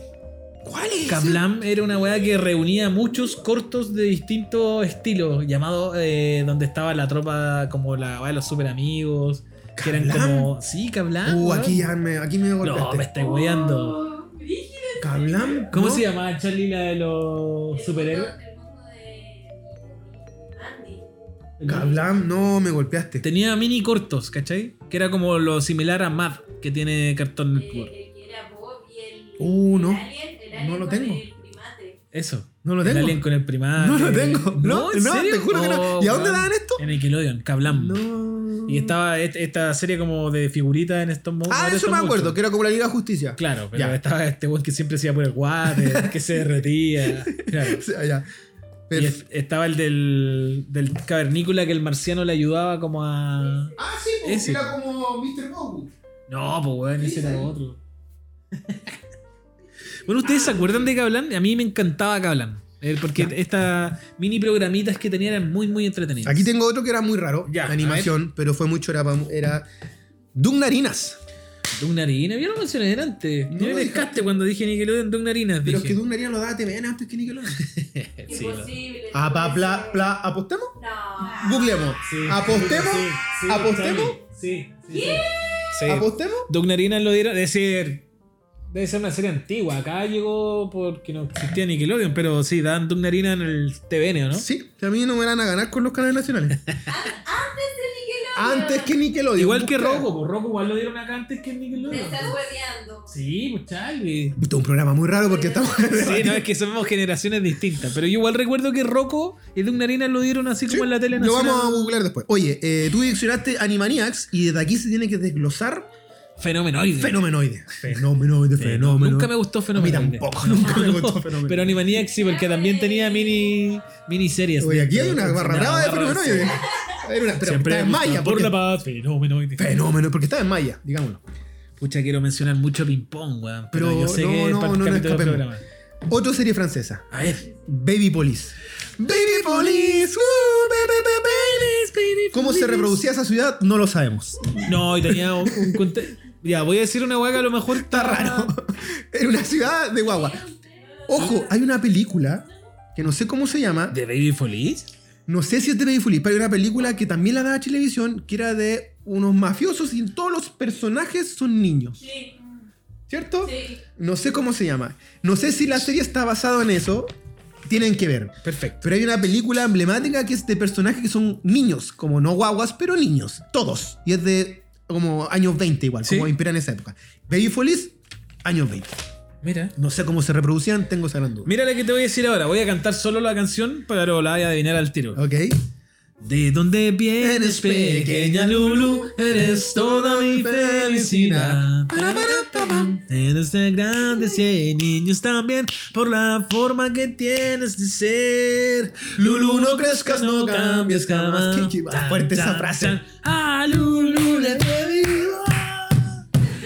B: ¿Cuál es?
A: Kablam era una weá que reunía muchos cortos de distintos estilos, llamado eh, donde estaba la tropa, como la weá de los super amigos, que eran
B: ¿Kablam?
A: como. Sí, Kablam.
B: Uh,
A: weón.
B: aquí ya me, aquí me
A: No,
B: golpeaste.
A: me estoy weando.
B: ¿Cablam?
A: ¿Cómo
B: ¿No?
A: se llamaba Charlie la de los superhéroes?
C: El mundo de Andy.
B: Cablam, no, me golpeaste.
A: Tenía mini cortos, ¿cachai? Que era como lo similar a Mad que tiene Cartoon Network.
C: eh, que era Bob y el.
B: Uh, no.
C: el alien- el alien
B: No lo
C: con
B: tengo.
C: el primate.
A: Eso.
B: No lo
A: El
B: tengo.
A: alien con el primate.
B: No lo tengo. No,
A: ¿en
B: no,
A: serio?
B: te juro que no.
A: Oh,
B: ¿Y a dónde
A: weón.
B: daban esto?
A: En Nickelodeon, Kablam.
B: No.
A: Y estaba et- esta serie como de figuritas en estos momentos.
B: Ah, eso me acuerdo, que era como la Liga de Justicia.
A: Claro, pero
B: Ya.
A: estaba este weón que siempre se iba por el water, que se derretía. Claro.
B: Sí, allá.
A: Y es- estaba el del, del cavernícola que el marciano le ayudaba como a.
B: Ah, sí,
A: porque Ese. era
B: como Mr. Bowie.
A: No, pues weón, ese era
B: Sí.
A: otro. bueno, ¿ustedes se acuerdan de Kablam? A mí me encantaba Kablam. eh, Porque estas mini programitas que tenían eran muy, muy entretenidas.
B: Aquí tengo otro que era muy raro,
A: Ya,
B: animación, pero fue mucho, era, era Doug Narinas.
A: Doug Narinas, yo lo mencioné antes.
B: No
A: Yo me
B: lo
A: pescaste cuando dije Nickelodeon Doug Narinas.
B: Pero es
A: dije.
B: que Doug Narinas lo daba TVN antes que Nickelodeon.
A: Eh, Sí, lo-
C: Imposible.
B: Ah, pa,
C: no
B: pla,
C: sé.
B: pla, ¿apostemos?
C: No.
B: Googleemos. ¿Apostemos? ¿Apostemos?
A: Sí. sí, sí.
B: ¿Apostemos?
A: Doug Narinas lo dieron. Debe ser. Debe ser una serie antigua. Acá llegó porque no existía Nickelodeon, pero sí, dan Doug Narinas en el TVN, ¿o ¿no?
B: Sí, que a mí no me van a ganar con los canales nacionales. antes que Nickelodeon.
A: Igual que
B: Busca-
A: Rocco, pues Rocco igual lo dieron acá antes que en
C: Me
A: Nickelodeon.
C: estás hueveando.
A: Sí, pues Charlie.
B: Puta, un programa muy raro porque estamos.
A: Sí, no, es que somos generaciones distintas. Pero yo igual recuerdo que Rocco y Doug Narinas lo dieron así como en la tele
B: Lo
A: nacional.
B: vamos a googlear después. Oye, eh, tú direccionaste Animaniacs y desde aquí se tiene que desglosar
A: Fenomenoide.
B: Fenomenoide. Fenomenoide,
A: Eh,
B: fenómeno.
A: Nunca me gustó Fenomenoide.
B: A mí tampoco, nunca me gustó Fenomenoide.
A: Pero Animaniacs sí, porque también tenía mini miniseries.
B: Oye, aquí hay
A: Pero
B: una barrada de
A: barra-
B: fenomenoide. Era una, pero
A: Siempre
B: está en
A: me gusta
B: maya.
A: Por
B: Porque,
A: la paz, Fenomenoide.
B: fenómeno, porque está en maya, digámoslo.
A: Pucha, quiero mencionar mucho ping pong, weón. Pero,
B: Pero
A: yo sé
B: no,
A: que es
B: no,
A: parte
B: no, no
A: capítulo del
B: escapemos.
A: programa.
B: Otra serie francesa,
A: A ver.
B: Baby Police. Baby Police, uh, baby, baby, baby, baby ¿Cómo se reproducía esa ciudad? No lo sabemos.
A: No, y tenía un, un conte- Ya, voy a decir una weá que a lo mejor
B: Está raro. Era Ah. una ciudad de guagua. Ojo, hay una película que no sé cómo se llama.
A: ¿De Baby Feliz?
B: No sé si es de Baby Police, pero hay una película que también la daba Televisión, que era de unos mafiosos y todos los personajes son niños.
C: Sí.
B: ¿Cierto?
C: Sí.
B: No sé cómo se llama. No sé si la serie está basada en eso, tienen que ver.
A: Perfecto.
B: Pero hay una película emblemática que es de personajes que son niños, como no guaguas, pero niños, todos. Y es de como años 20 igual,
A: Sí.
B: como impera en esa época. Babyfolis, años 20.
A: Mira.
B: No sé cómo se reproducían, tengo esa gran duda.
A: Mira la que te voy a decir ahora. Voy a cantar solo la canción, pero la voy a adivinar al tiro.
B: Ok.
A: ¿De dónde vienes, pequeña Lulu? Eres toda mi felicidad. Eres tan grande si hay niños también por la forma que tienes de ser. Lulu, no crezcas, no cambies jamás.
B: Qué- qué fuerte esa frase.
A: tan. A Lulu le digo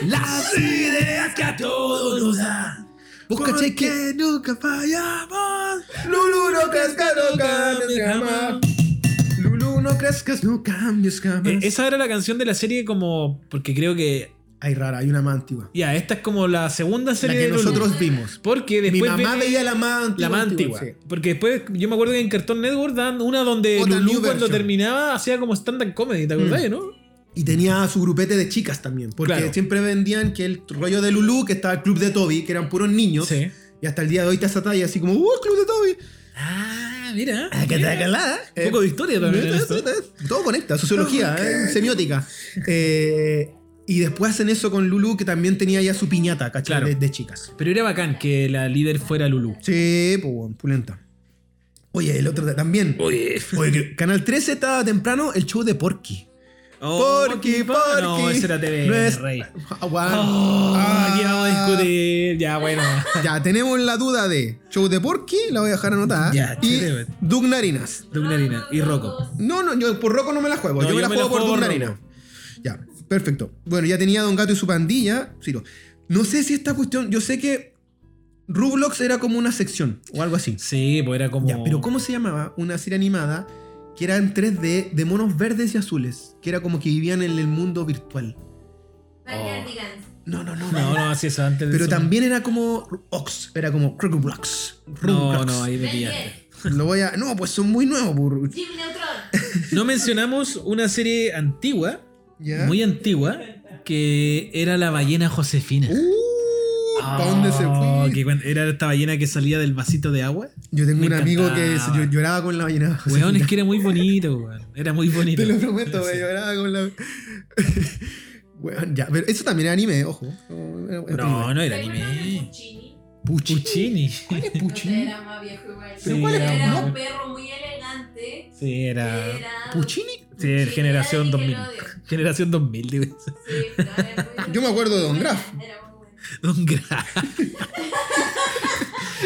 A: las ideas que a todos nos dan.
B: ¿Vos cachai que
A: Porque nunca fallamos.
B: Lulu no crezcas, no cambies jamás. Lulu no crezcas, no cambies jamás.
A: Eh, esa era la canción de la serie como... Porque creo que...
B: Ay, rara, hay una más antigua.
A: Ya, esta es como la segunda
B: La
A: serie
B: que
A: de Lulú.
B: nosotros vimos.
A: Porque
B: Mi
A: después
B: mamá
A: viene
B: veía la más antigua.
A: la más antigua.
B: sí.
A: Porque después yo me acuerdo que en Cartoon Network dan una donde
B: Otra
A: Lulú
B: new
A: cuando
B: version. Mm.
A: terminaba hacía como stand-up comedy, ¿te acordás, no?
B: Y tenía su grupete de chicas también. Porque
A: Claro.
B: siempre vendían que el rollo de Lulu, que estaba el club de Toby, que eran puros niños.
A: Sí.
B: Y hasta el día de hoy está esa talla así como, ¡Uh, club de Toby!
A: Ah, mira.
B: Ah, que te acalá,
A: Un
B: eh.
A: poco de historia también. en esto.
B: Todo conecta, sociología, eh, semiótica. Eh, y después hacen eso con Lulu, que también tenía ya su piñata, ¿cachai?
A: Claro.
B: De, de chicas.
A: Pero era bacán que la líder fuera Lulú.
B: Sí, pues, weón, pulenta. Oye, el otro día también.
A: Oye.
B: Oye, que- Canal 13 estaba temprano el show de Porky. Porky, Porky.
A: Oh, No, ese era TV,
B: No es-
A: rey.
B: Ah, weón.
A: Oh,
B: Ah.
A: aquí vamos a discutir. Ya, bueno.
B: Ya, tenemos la duda de show de Porky, la voy a dejar anotada.
A: Ya,
B: y
A: chévere.
B: Doug Narinas.
A: Dugnarina y Rocco.
B: No, no, yo por Rocco no me la juego.
A: No,
B: yo, me
A: yo
B: la
A: me
B: juego
A: la
B: por
A: juego por
B: Doug Narinas. Ya, perfecto. Bueno, ya tenía Don Gato y su pandilla. Ciro. No sé si esta cuestión. Yo sé que Rublox era como una sección o algo así.
A: Sí, pues era como.
B: Ya, pero ¿cómo se llamaba una serie animada que era en 3D de monos verdes y azules? Que era como que vivían en el mundo virtual.
A: Oh,
C: Backyardigans.
B: No, no, no.
A: No, no, así eso antes de
B: Pero
A: eso.
B: también era como Ox, era como Rublox.
A: No,
B: Rublox.
A: no, ahí me
C: Ben
A: pillaste.
C: 10.
B: Lo voy a. No, pues son muy nuevos. por-
C: Jim Neutron.
A: No mencionamos una serie antigua,
B: ¿Ya?
A: muy antigua, que era la ballena Josefina.
B: Uh, ¿pa' dónde se
A: Oh,
B: fue?
A: que cuando- era esta ballena que salía del vasito de agua.
B: Yo tengo
A: Me
B: un amigo que
A: encantaba.
B: se- yo- lloraba con la ballena.
A: Weón, es que era muy bonito, weón. Era muy bonito.
B: Te lo prometo,
A: Sí.
B: güey, lloraba con la. Weón, ya. Pero eso también era anime, ojo.
A: No, no era
C: ¿Se acuerdan de
A: anime.
B: Puchi.
C: Puccini?
A: Puccini.
B: ¿Cuál es
C: No sé,
B: Puchi?
C: era más viejo igual.
A: ¿Pero cuál era?
C: Era
A: No.
C: un perro muy elegante.
A: Sí, era.
C: Era-
B: ¿Puccini?
A: Sí, era
C: Puccini
A: generación
C: era de
A: 2000.
C: Nickelodeon.
A: Generación 2000, digo.
C: Sí, pero era muy-
B: Yo me acuerdo de Don Graff.
C: Era muy bueno.
A: Don Gra.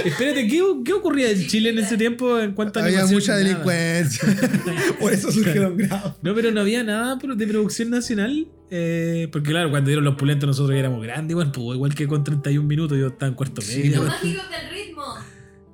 A: Espérate, ¿qué, qué ocurría en Chile en ese tiempo en cuanto a
B: Había
A: animación?
B: mucha
A: Nada.
B: delincuencia. Por eso surgió Don Graf.
A: No, pero no había nada pro- de producción nacional. eh, porque claro, cuando dieron los pulentos nosotros ya éramos grandes, igual, pues, igual que con 31 minutos yo estaba en cuarto
B: Sí, pues.
A: medio.
C: Los mágicos del ritmo.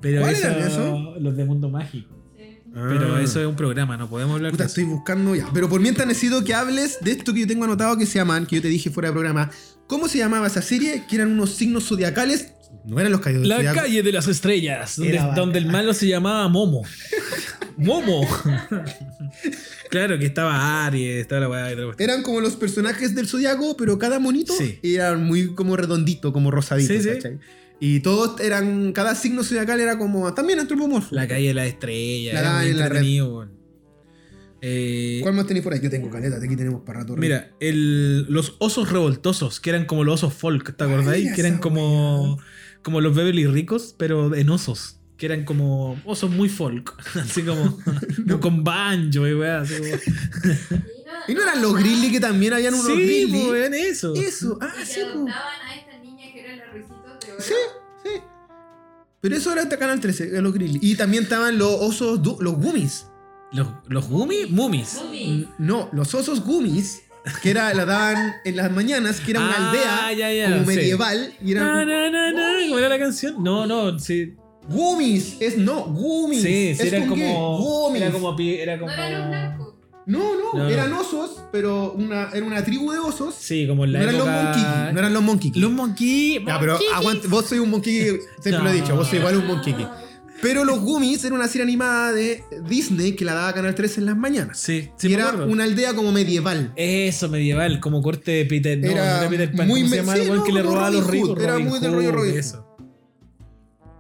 A: Pero
B: ¿Cuál
A: eso,
B: eran eso?
A: Los de Mundo Mágico.
C: Sí.
A: Pero eso es un programa, no podemos hablar
B: Puta,
A: de eso.
B: estoy buscando ya. Pero por mientras necesito que hables de esto que yo tengo anotado que se llaman, que yo te dije fuera de programa. ¿Cómo se llamaba esa serie? Que eran unos signos zodiacales. No eran los callos del
A: La
B: zodiaco.
A: calle de las estrellas, donde,
B: Era bacán.
A: donde el malo se llamaba Momo. Momo. claro que estaba Aries, estaba la weá de otra cuestión.
B: Eran como los personajes del zodiaco, pero cada monito
A: Sí.
B: era muy como redondito, como rosadito.
A: Sí, sí.
B: ¿cachai? Y todos eran. Cada signo zodiacal era como. También antropomorfo.
A: La calle de las estrellas,
B: La
A: era muy
B: calle de la red.
A: entretenido, weón. Eh,
B: ¿Cuál más tenéis por ahí? Yo tengo caleta, de aquí tenemos para rato.
A: Mira, el- los osos revoltosos, que eran como los osos folk, ¿te acordáis?
B: Ay,
A: Que eran
B: esa
A: como, como los Beverly ricos, pero en osos. Que eran como osos muy folk. Así como, como con banjo y weá. así como-
B: ¿Y no eran los grilly que también habían unos
A: Sí,
B: grilly?
A: po, eran eso.
B: Eso, ah,
C: Y
B: sí,
C: que
B: po.
C: adoptaban a esta niña que era la Ruicito de Oro.
B: Sí, sí. Pero eso era hasta Canal 13, eh, los Grizzly. Y también estaban los osos, du- los gummies.
A: ¿Los, los gumi? Mumis.
C: Gumi.
B: No, los osos gummies, que era, la daban en las mañanas, que era una
A: Ah,
B: aldea
A: ya, ya,
B: como
A: sí.
B: medieval. Y
A: Na,
B: eran
A: na, na, na, ¿Cómo era la canción? No, no, sí.
B: gummies, es no, gummies.
A: Sí,
B: es
A: sí, era
B: con qué,
A: como.
B: gummies.
A: Era como. pi- Era
C: No
A: como
C: eran los blancos.
B: No, no,
A: No, no.
B: eran osos, pero una, era una tribu de osos.
A: sí, como en
B: no
A: la
B: eran los
A: época-
B: monkiki, no eran los monkiki.
A: Los monkey.
B: Ya, pero aguante, vos soy un monkiki, siempre
A: No.
B: lo he dicho, vos soy igual un monkiki. Pero los gummies era una serie animada de Disney que la daba Canal 13 en las mañanas.
A: Sí, sí.
B: Y
A: me
B: era
A: acuerdo.
B: una aldea como medieval.
A: Eso, medieval, como corte de Peter. No, no
B: Era
A: era Peter Pan.
B: muy
A: ¿Cómo se
B: me-
A: llama
B: sí,
A: el weón
B: no,
A: que le
B: como
A: robaba a los
B: Robin
A: ricos?
B: Hood, era
A: Robin
B: muy de rollo
A: Hood,
B: Robin
A: eso.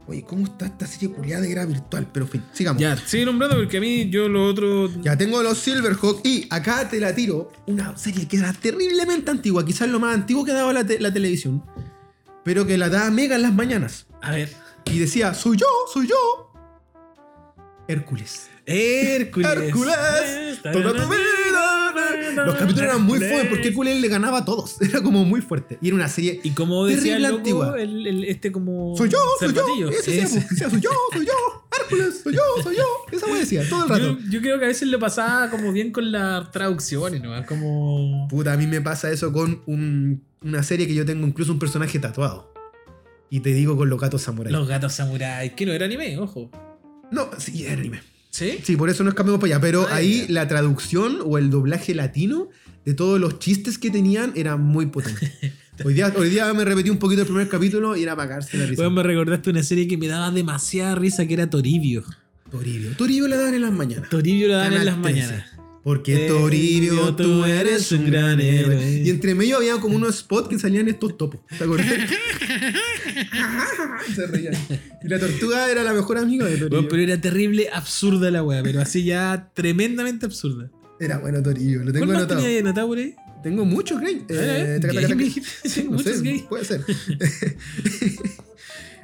B: Oye, ¿cómo está esta serie culiada que era virtual? Pero en fin, sigamos.
A: Ya, sigue nombrando porque a mí yo lo otro.
B: Ya tengo los Silverhawk y acá te la tiro. Una serie que era terriblemente antigua, quizás lo más antiguo que daba la, te- la televisión, pero que la daba mega en las mañanas.
A: A ver.
B: Y decía, soy yo, soy yo. Hércules.
A: Hércules.
B: Hércules. toda tu vida. Los capítulos eran muy fuertes porque Hércules le ganaba a todos. Era como muy fuerte. Y era una serie.
A: Y como decía el
B: Terrible
A: loco,
B: antigua.
A: el- el- este como.
B: Soy yo, soy yo.
A: Cervatillo.
B: Ese sí,
A: Ese.
B: decía, soy yo, soy yo. Hércules, soy yo, soy yo. Esa me decía todo el rato.
A: Yo, yo creo que a veces le pasaba como bien con las traducciones, ¿no? Como.
B: Puta, a mí me pasa eso con un- una serie que yo tengo incluso un personaje tatuado. Y te digo con los gatos samuráis.
A: Los gatos samuráis, que no era anime, ojo.
B: No, sí, es anime.
A: ¿Sí?
B: Sí, por eso nos cambiamos para allá. Pero
A: Ah,
B: ahí
A: ya.
B: la traducción o el doblaje latino de todos los chistes que tenían era muy potente. Hoy día, hoy día me repetí un poquito el primer capítulo y era para cagarse la risa.
A: Bueno, me recordaste una serie que me daba demasiada risa que era Toribio.
B: Toribio. Toribio la dan en las mañanas.
A: Toribio la dan en
B: Canal
A: las
B: 13.
A: mañanas. Eh,
B: Porque Toribio, tú eres un gran héroe. Y entre medio había como unos spots que salían estos topos. ¿Te acordás? Se reían. Y la tortuga era la mejor amiga de Toribio.
A: Bueno, pero era terrible, absurda la weá, pero así ya tremendamente absurda.
B: Era bueno Toribio, lo tengo
A: ¿Cuál más
B: anotado.
A: tenía ahí anotado por ahí?
B: Tengo mucho, Grey. Eh, taca, taca,
A: Gay,
B: taca.
A: me dijiste. Sí,
B: No
A: muchos
B: sé,
A: gay.
B: Puede ser.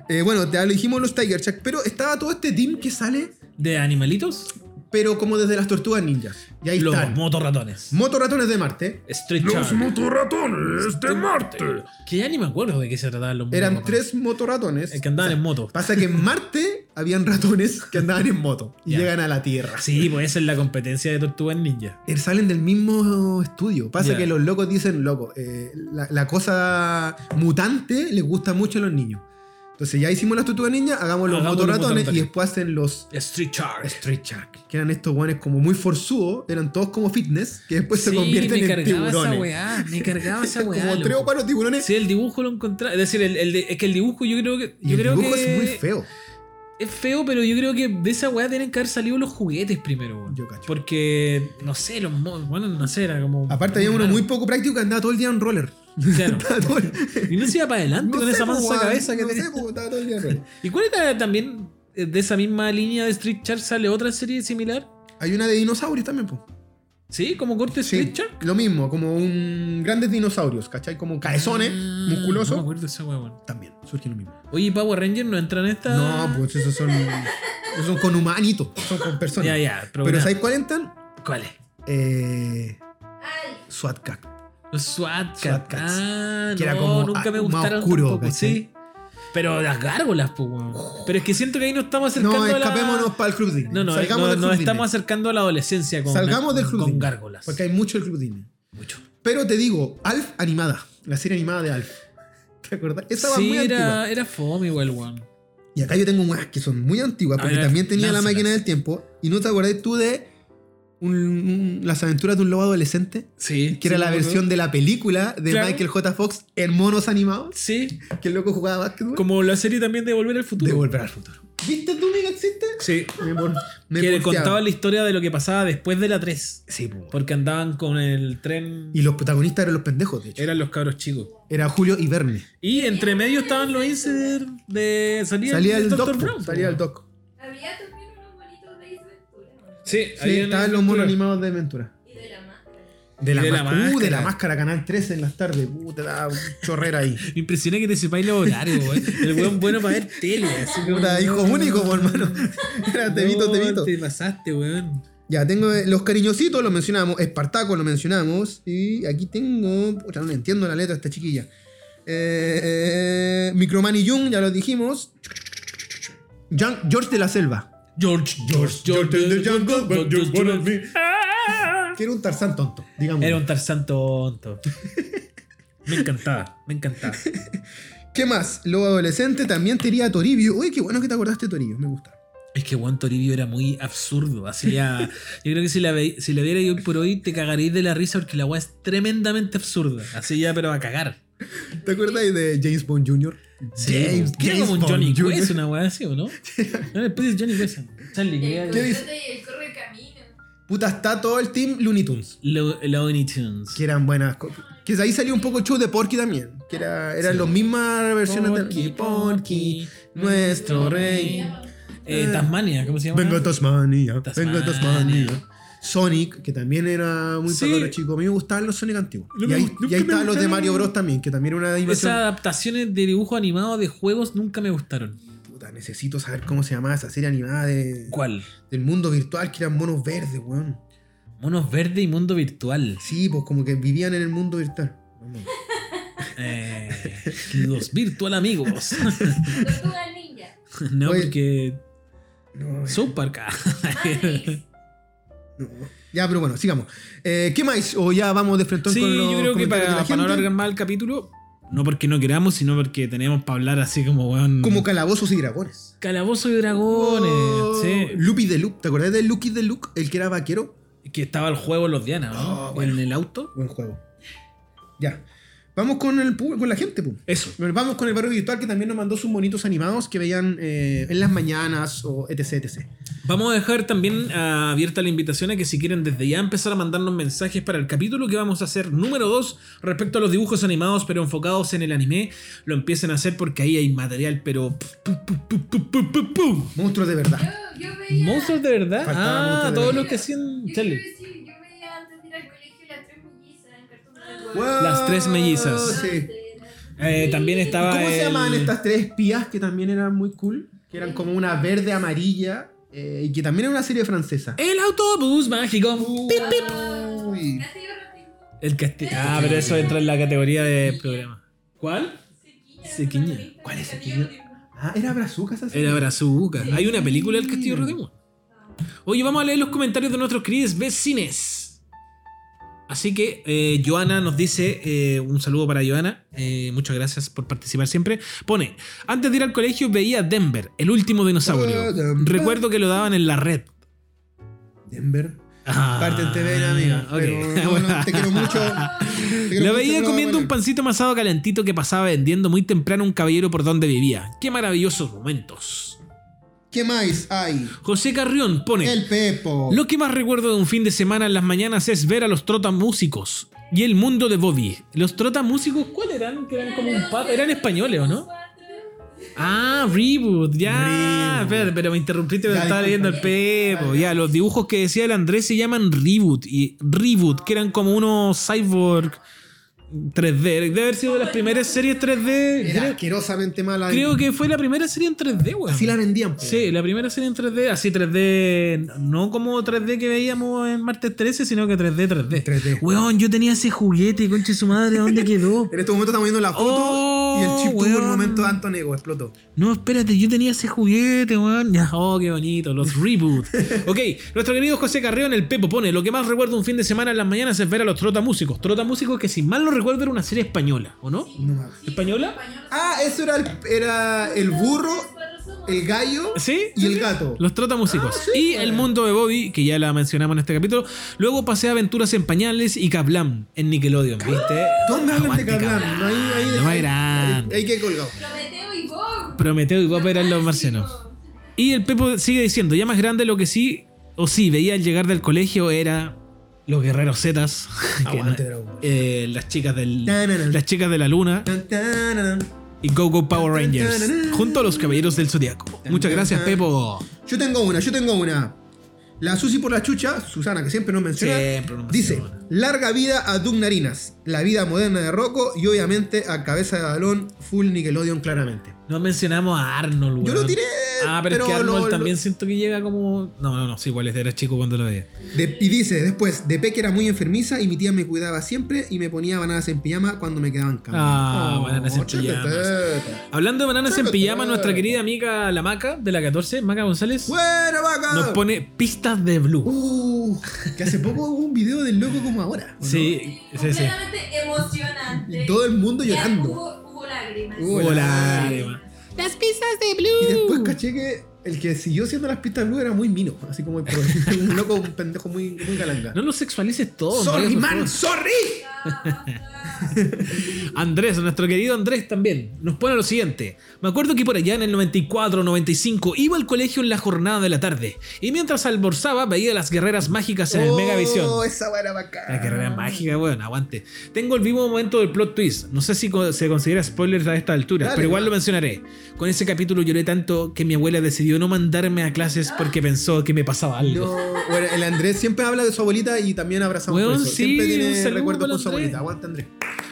B: Eh, bueno, te dijimos los Tiger Shark, pero estaba todo este team que sale,
A: ¿De animalitos?
B: pero como desde las tortugas ninjas. Y ahí
A: Los
B: están.
A: motorratones.
B: Motorratones de Marte.
A: Street Shark.
D: motorratones de Marte.
A: Que ya ni me acuerdo de qué se trataban los
B: Eran
A: motorratones.
B: tres motorratones.
A: Eh, que andaban en moto.
B: Pasa que en Marte habían ratones que andaban en moto y
A: Ya.
B: llegan a la Tierra.
A: Sí, pues esa es la competencia de Tortugas Ninja.
B: Eh, Salen del mismo estudio. Pasa
A: Ya.
B: que los locos dicen, loco, eh, la, la cosa mutante les gusta mucho a los niños. Entonces ya hicimos las tortugas ninjas, hagamos los
A: Hagamos los
B: motorratones y
A: motorratones.
B: después hacen los
A: Street Shark.
B: Street Shark. Que eran estos guanes como muy forzudos, eran todos como fitness, que después se
A: Sí,
B: convierten
A: me
B: en
A: cargaba esa
B: tiburones.
A: weá. Me cargaba esa
B: Como
A: weá.
B: tres o
A: loco.
B: cuatro tiburones.
A: Sí, el dibujo lo encontraba. Es decir, el, el de- es que el dibujo yo creo que.
B: y
A: yo
B: el
A: creo
B: dibujo
A: que
B: es muy feo.
A: Es feo, pero yo creo que de esa weá tienen que haber salido los juguetes primero, weón.
B: Yo cacho.
A: Porque, no sé, los mo- bueno, no sé, era como.
B: Aparte había uno
A: raro.
B: muy poco práctico que andaba todo el día en roller.
A: Claro.
B: Estaba todo el-
A: Y no se iba para adelante con
B: sé,
A: esa
B: po,
A: mansa
B: weón,
A: cabeza que
B: no
A: tenía.
B: sé, po, estaba todo el día en roller.
A: ¿Y cuál era también eh, de esa misma línea de Street Shark? ¿Sale otra serie similar?
B: Hay una de dinosaurios también, po.
A: ¿Sí? ¿Como corte Street Shark?
B: Lo mismo, como un grandes dinosaurios, ¿cachai? Como cabezones,
A: Ah, No me
B: musculosos.
A: acuerdo de esa weá, weón.
B: también, surge lo mismo.
A: Oye, ¿y Power Ranger no entra en esta.
B: No, pues esos son. esos son con humanitos, son con personas.
A: Ya, ya, pero.
B: Pero
A: ya.
B: ¿sabes cuál entran?
A: ¿Cuál es?
B: Eh,
C: Ay,
B: SWAT Cat.
A: Los SWAT,
B: SWAT
A: Cats.
B: cats.
A: Ah,
B: Que era
A: no,
B: como
A: nunca me
B: a- más
A: gustaron
B: oscuro,
A: tampoco,
B: ¿cachai?
A: sí. Pero las gárgolas, pues, weón. Pero es que siento que ahí nos estamos acercando
B: No,
A: a la...
B: escapémonos para el Club Disney.
A: No, no,
B: Salgamos
A: no,
B: del
A: nos
B: Club
A: estamos
B: Disney.
A: acercando a la adolescencia con,
B: Salgamos del Club
A: con
B: Disney.
A: gárgolas.
B: Porque hay mucho el Club Disney.
A: Mucho.
B: Pero te digo, Alf animada. La serie animada de Alf. ¿Te acordás? Esa va
A: sí,
B: muy antigua.
A: era, era fome igual, weón.
B: Y acá yo tengo unas que son muy antiguas,
A: A
B: porque
A: ver,
B: también tenía la
A: Ah, lánzalas.
B: máquina del tiempo. ¿Y no te acordás tú de un- un- las aventuras de un lobo adolescente?
A: Sí.
B: Que era la versión de la película de
A: Claro.
B: Michael J. Fox en monos animados.
A: Sí,
B: Que el loco jugaba básquetbol.
A: como la serie también de Volver al Futuro.
B: De volver al futuro. ¿Viste tú, que existe?
A: sí.
B: Me, por- me
A: que le
B: porteaba.
A: contaba la historia de lo que pasaba después de la 3.
B: Sí, po.
A: Porque andaban con el tren...
B: Y los protagonistas eran los pendejos, de hecho.
A: Eran los cabros chicos.
B: Era Julio y Verne.
A: Y entre medio estaban los incidentes de salía,
B: Salía el
A: Dr.
B: doc.
A: Brown.
B: po. Salía el doc.
C: había también unos bonitos de Isventura.
A: Sí,
B: Sí,
A: había
B: estaban
A: una
B: los monos
A: aventura.
B: animados de Ventura.
C: Y de la máscara.
B: De la,
A: De la
B: máscara. Uh, de la
A: máscara.
B: máscara, Canal 13 en las tardes. Uh, te da un chorrera ahí.
A: Me impresiona que te sepáis los horarios, weón. El weón bueno para ver tele. Así como,
B: Puta, hijo único, po, hermano. Era Tevito,
A: No,
B: Tevito.
A: Te pasaste, weón.
B: Ya, tengo eh, los cariñositos, lo mencionamos. Espartaco, lo mencionamos. Y aquí tengo. Puta, no le entiendo la letra a esta chiquilla. Eh, eh, Microman y Jung, ya lo dijimos. Jean- George de la Selva.
A: George, George, George.
B: George, George,
A: George,
B: George,
A: George,
B: George,
A: George, George.
B: Que era un Tarzán tonto, digamos.
A: Era un tarzán tonto. Me encantaba, me encantaba.
B: ¿Qué más? Lo adolescente también tenía Toribio. Uy, qué bueno que te acordaste de Toribio, me gusta.
A: Es que Juan Toribio era muy absurdo. Hacía. Yo creo que si la, ve- si la viera hoy por hoy te cagaréis de la risa porque la weá es tremendamente absurda. Así ya, pero a cagar.
B: ¿Te acordáis de James Bond Jr.?
A: James, pues, que era como un
B: Bond
A: Johnny
B: Jr..
A: Quest, una weá así, ¿o no? No, después de Johnny Quest. Charlie,
C: El
A: ¿qué
B: ¿Qué dice?
C: coyote y el corre camino.
B: Puta, está todo el team Looney Tunes.
A: Lo- Looney Tunes.
B: Que eran buenas. co- Que de ahí salió un poco el show de Porky también. Que era, eran
A: Sí.
B: las mismas versiones
A: Porky,
B: de
A: Porky,
B: nuestro rey.
A: Eh, Tasmania, ¿cómo se llama?
B: Vengo a Tasmania,
A: Tasmania.
B: vengo a Tasmania. Sonic, que también era muy
A: Sí.
B: sí. chico. A mí me gustaban los Sonic antiguos.
A: No
B: y
A: me
B: ahí,
A: gust- nunca
B: y ahí
A: me
B: estaban los de
A: gustaron.
B: Mario Bros. también, que también era una animación.
A: Esas adaptaciones de dibujo animado de juegos nunca me gustaron.
B: Puta, necesito saber cómo se llamaba esa serie animada de-
A: ¿Cuál?
B: del mundo virtual, que eran monos verdes, weón.
A: Monos verde y mundo virtual.
B: Sí, pues como que vivían en el mundo virtual. Vamos.
A: Eh, los virtual amigos.
C: Tortuga Ninja.
A: No,
B: Oye.
A: porque.
B: No,
A: South Park. ah.
C: Matrix.
B: no. Ya, pero bueno, sigamos. Eh, ¿Qué más? O ya vamos de frente
A: sí,
B: con los
A: yo creo que
B: comentarios de la
A: para, para no
B: gente.
A: alargar más el capítulo, no porque no queramos, sino porque tenemos para hablar así como, weón.
B: Como calabozos y dragones.
A: Calabozo y dragones.
B: Oh,
A: Sí.
B: Loopy de Loop. ¿Te acordás de Lucky de Luke, el que era vaquero?
A: Que estaba el juego en los Diana, ¿no?
B: Oh, bueno.
A: En el auto.
B: Buen juego. Ya. Vamos con el pub- con la gente, pu.
A: Eso.
B: Vamos con el barrio virtual que también nos mandó sus monitos animados que veían eh, en las mañanas o etc, etc.
A: Vamos a dejar también ah, abierta la invitación a que si quieren desde ya empezar a mandarnos mensajes para el capítulo que vamos a hacer número 2 respecto a los dibujos animados pero enfocados en el anime, lo empiecen a hacer porque ahí hay material pero... pu- pu- pu- pu- pu- pu- pu.
B: Monstruos de verdad.
C: Yo, yo veía.
A: ¿Monstruos de verdad?
B: Faltaba
A: ah,
B: monstruos de
A: todos
B: verdad.
A: los que hacían
C: Yo quiero
A: tele.
C: decir, yo veía antes de ir al colegio las tres mellizas en
B: Wow,
C: Cartoon Network. Ah,
A: Las tres mellizas.
B: sí.
A: Eh, también estaba...
B: ¿Cómo se
A: el-
B: llamaban estas tres espías que también eran muy cool? Que eran como una verde amarilla eh, y que también era una serie francesa.
A: El autobús
B: Uh.
A: mágico. Pip, pip.
B: Uy.
C: Castillo Ratibú,
A: El castillo. Ah, pero eso entra en la categoría de programa. ¿Cuál?
C: Sequilla,
A: Sequilla.
C: Ratibú,
B: ¿Cuál es
C: Castillo
B: Sequilla?
C: Ratibú.
B: Ah, era Brazuca esa serie.
A: Era Brazuca. Hay una película del Castillo Rotemón. Oye, vamos a leer los comentarios de nuestros queridos vecines. Así que eh, Joana nos dice, eh, un saludo para Joana, eh, muchas gracias por participar siempre. Pone, antes de ir al colegio veía Denver, el último dinosaurio.
B: Ah, Denver.
A: Recuerdo que lo daban en la red.
B: Denver.
A: Ah,
B: Parte en TV, amiga.
A: ok.
B: Pero no, no, te quiero mucho. Te quiero
A: Lo
B: mucho,
A: veía
B: no,
A: comiendo un
B: bueno.
A: pancito amasado calentito que pasaba vendiendo muy temprano un caballero por donde vivía. Qué maravillosos momentos.
B: ¿Qué más hay?
A: José Carrión pone...
B: El Pepo.
A: Lo que más recuerdo de un fin de semana en las mañanas es ver a los trotamúsicos y el mundo de Bobby. ¿Los trotamúsicos cuál eran? Que eran como un pato. ¿Eran españoles o no? Ah, Reboot, ya.
B: Reboot.
A: Espérate, pero me interrumpiste, pero
B: Ya,
A: estaba leyendo el
B: disculpa.
A: Pepo.
B: Ya,
A: Ya, los dibujos que decía el Andrés se llaman Reboot y Reboot, que eran como unos cyborg 3D. Debe haber sido de las primeras series 3D.
B: Era
A: Creo,
B: asquerosamente mala.
A: creo que fue la primera serie en 3D, weón.
B: Así la vendían. pues. po.
A: Sí, la primera serie en 3D, así 3D, no como 3D que veíamos en martes 13, sino que 3D, 3D.
B: 3D.
A: Weón, yo tenía ese juguete, conche su madre, ¿dónde quedó?
B: En este momento estamos viendo la foto
A: Oh,
B: y el chip tuvo
A: weón.
B: el momento de Anton Ego, explotó.
A: No, espérate, yo tenía ese juguete, weón. Ya, Oh, qué bonito, los reboot. ok, nuestro querido José Carrión, el Pepo, pone: Lo que más recuerdo un fin de semana en las mañanas es ver a los Trotamúsicos. Trotamúsicos que, si mal no recuerdo, era una serie española, ¿o no?
B: No mames.
A: ¿Española?
C: Españoles.
B: Ah, eso era el, era el burro,
C: Nosotros somos-
B: el gallo
A: ¿Sí?
B: y el gato. Ah,
A: Los trotamúsicos. y El Mundo de Bobby, que ya la mencionamos en este capítulo. Luego pasé a Aventuras en Pañales y Kablam en Nickelodeon, ¿viste?
B: ¿Dónde hablan
A: Aguante,
B: de Catlán? No hay, hay,
A: No hay
B: hay-
A: gran.
B: hay que colgado.
C: Prometeo y Bob.
A: Prometeo y Bob eran los marcianos. Y el Pepo sigue diciendo, ya más grande lo que sí o sí veía al llegar del colegio era los guerreros zetas. que
B: Aguante,
A: no-
B: Dragon Ball.
A: eh, las chicas del.
B: Na, na, na.
A: Las chicas de la luna
B: Tan, tan, tan.
A: y Go Go Power Rangers. Junto a los caballeros del Zodiaco. Muchas gracias, Pepo.
B: Yo tengo una, yo tengo una. La Susi por la chucha, Susana, que siempre nos menciona,
A: Siempre nos
B: dice,
A: menciona.
B: larga vida a Doug Narinas, la vida moderna de Rocco y obviamente a Cabeza de Balón, full Nickelodeon claramente.
A: No mencionamos a Arnold,
B: Yo lo
A: weón.
B: tiré,
A: Ah, pero, es que
B: pero
A: Arnold
B: lo-
A: también siento que llega como. No, no, no, sí, igual es de- era chico cuando lo veía.
B: De- y dice, después, de peque era muy enfermiza y mi tía me cuidaba siempre y me ponía bananas en pijama cuando me quedaba en cama. Oh,
A: Ah, bananas en
B: chacateta.
A: pijamas. Hablando de bananas en
B: Chacateta.
A: pijama, nuestra querida amiga la Maca de la 14, Maca González,
B: Buena vaca.
A: nos pone pistas de blue.
B: Uh, que hace poco hubo un video del loco como ahora. ¿o no?
A: sí, sí, sí.
C: Completamente emocionante.
B: Y todo el mundo
C: Ya
B: llorando.
C: Hubo, hubo lágrimas.
B: Hubo
A: Hola,
B: lágrimas.
A: lágrima. Las pistas de blue.
B: Y después caché que el que siguió siendo las pistas blue era muy mino. Así como el pro- un loco, un pendejo muy, muy galanga.
A: No lo sexualices todo.
B: sorry,
A: hombre, por favor.
B: man, sorry.
C: basta.
A: Andrés, nuestro querido Andrés también, nos pone lo siguiente. Me acuerdo que por allá en el 94 95 iba al colegio en la jornada de la tarde y mientras almorzaba veía las guerreras mágicas en el Megavisión.
B: Oh, esa buena bacana.
A: La carrera mágica, weón, aguante. Tengo el vivo momento del plot twist. No sé si co- se considera spoiler a esta altura,
B: Dale,
A: pero igual
B: weón.
A: lo mencionaré. Con ese capítulo lloré tanto que mi abuela decidió no mandarme a clases porque pensó que me pasaba algo.
B: No, bueno, el Andrés siempre habla de su abuelita y también abrazamos
A: Weón,
B: por eso.
A: sí,
B: siempre
A: un
B: tiene
A: saludo
B: recuerdos
A: para
B: con
A: Andrés.
B: su abuelita. Aguanta, Andrés.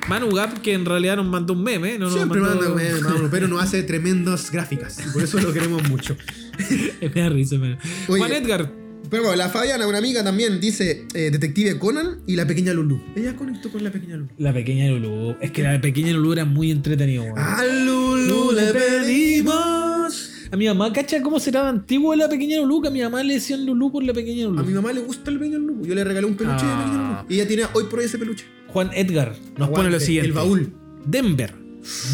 A: Manu Gap, que en realidad nos mandó un meme, ¿no? Nos
B: siempre
A: mandó-
B: manda, weón, Mauro, pero nos hace tremendas gráficas. Y por eso lo queremos mucho.
A: Me da risa, man.
B: Oye.
A: Juan Edgar,
B: Pero bueno, la Fabiana, una amiga también, dice eh, Detective Conan y la pequeña Lulu. Ella conectó con la pequeña Lulu.
A: la pequeña Lulu. Es que la pequeña Lulu era muy entretenida, weón.
B: A Lulu le pedimos.
A: A mi mamá, ¿cacha cómo será de antigua la pequeña Lulu? Que a mi mamá le decían Lulu por la pequeña Lulu.
B: A mi mamá le gusta el pequeño Lulu. Yo le regalé un peluche de
A: Ah.
B: pequeño Lulu. Y ella tiene hoy por hoy ese peluche.
A: Juan Edgar nos
B: Aguante,
A: pone lo siguiente.
B: El baúl.
A: Denver.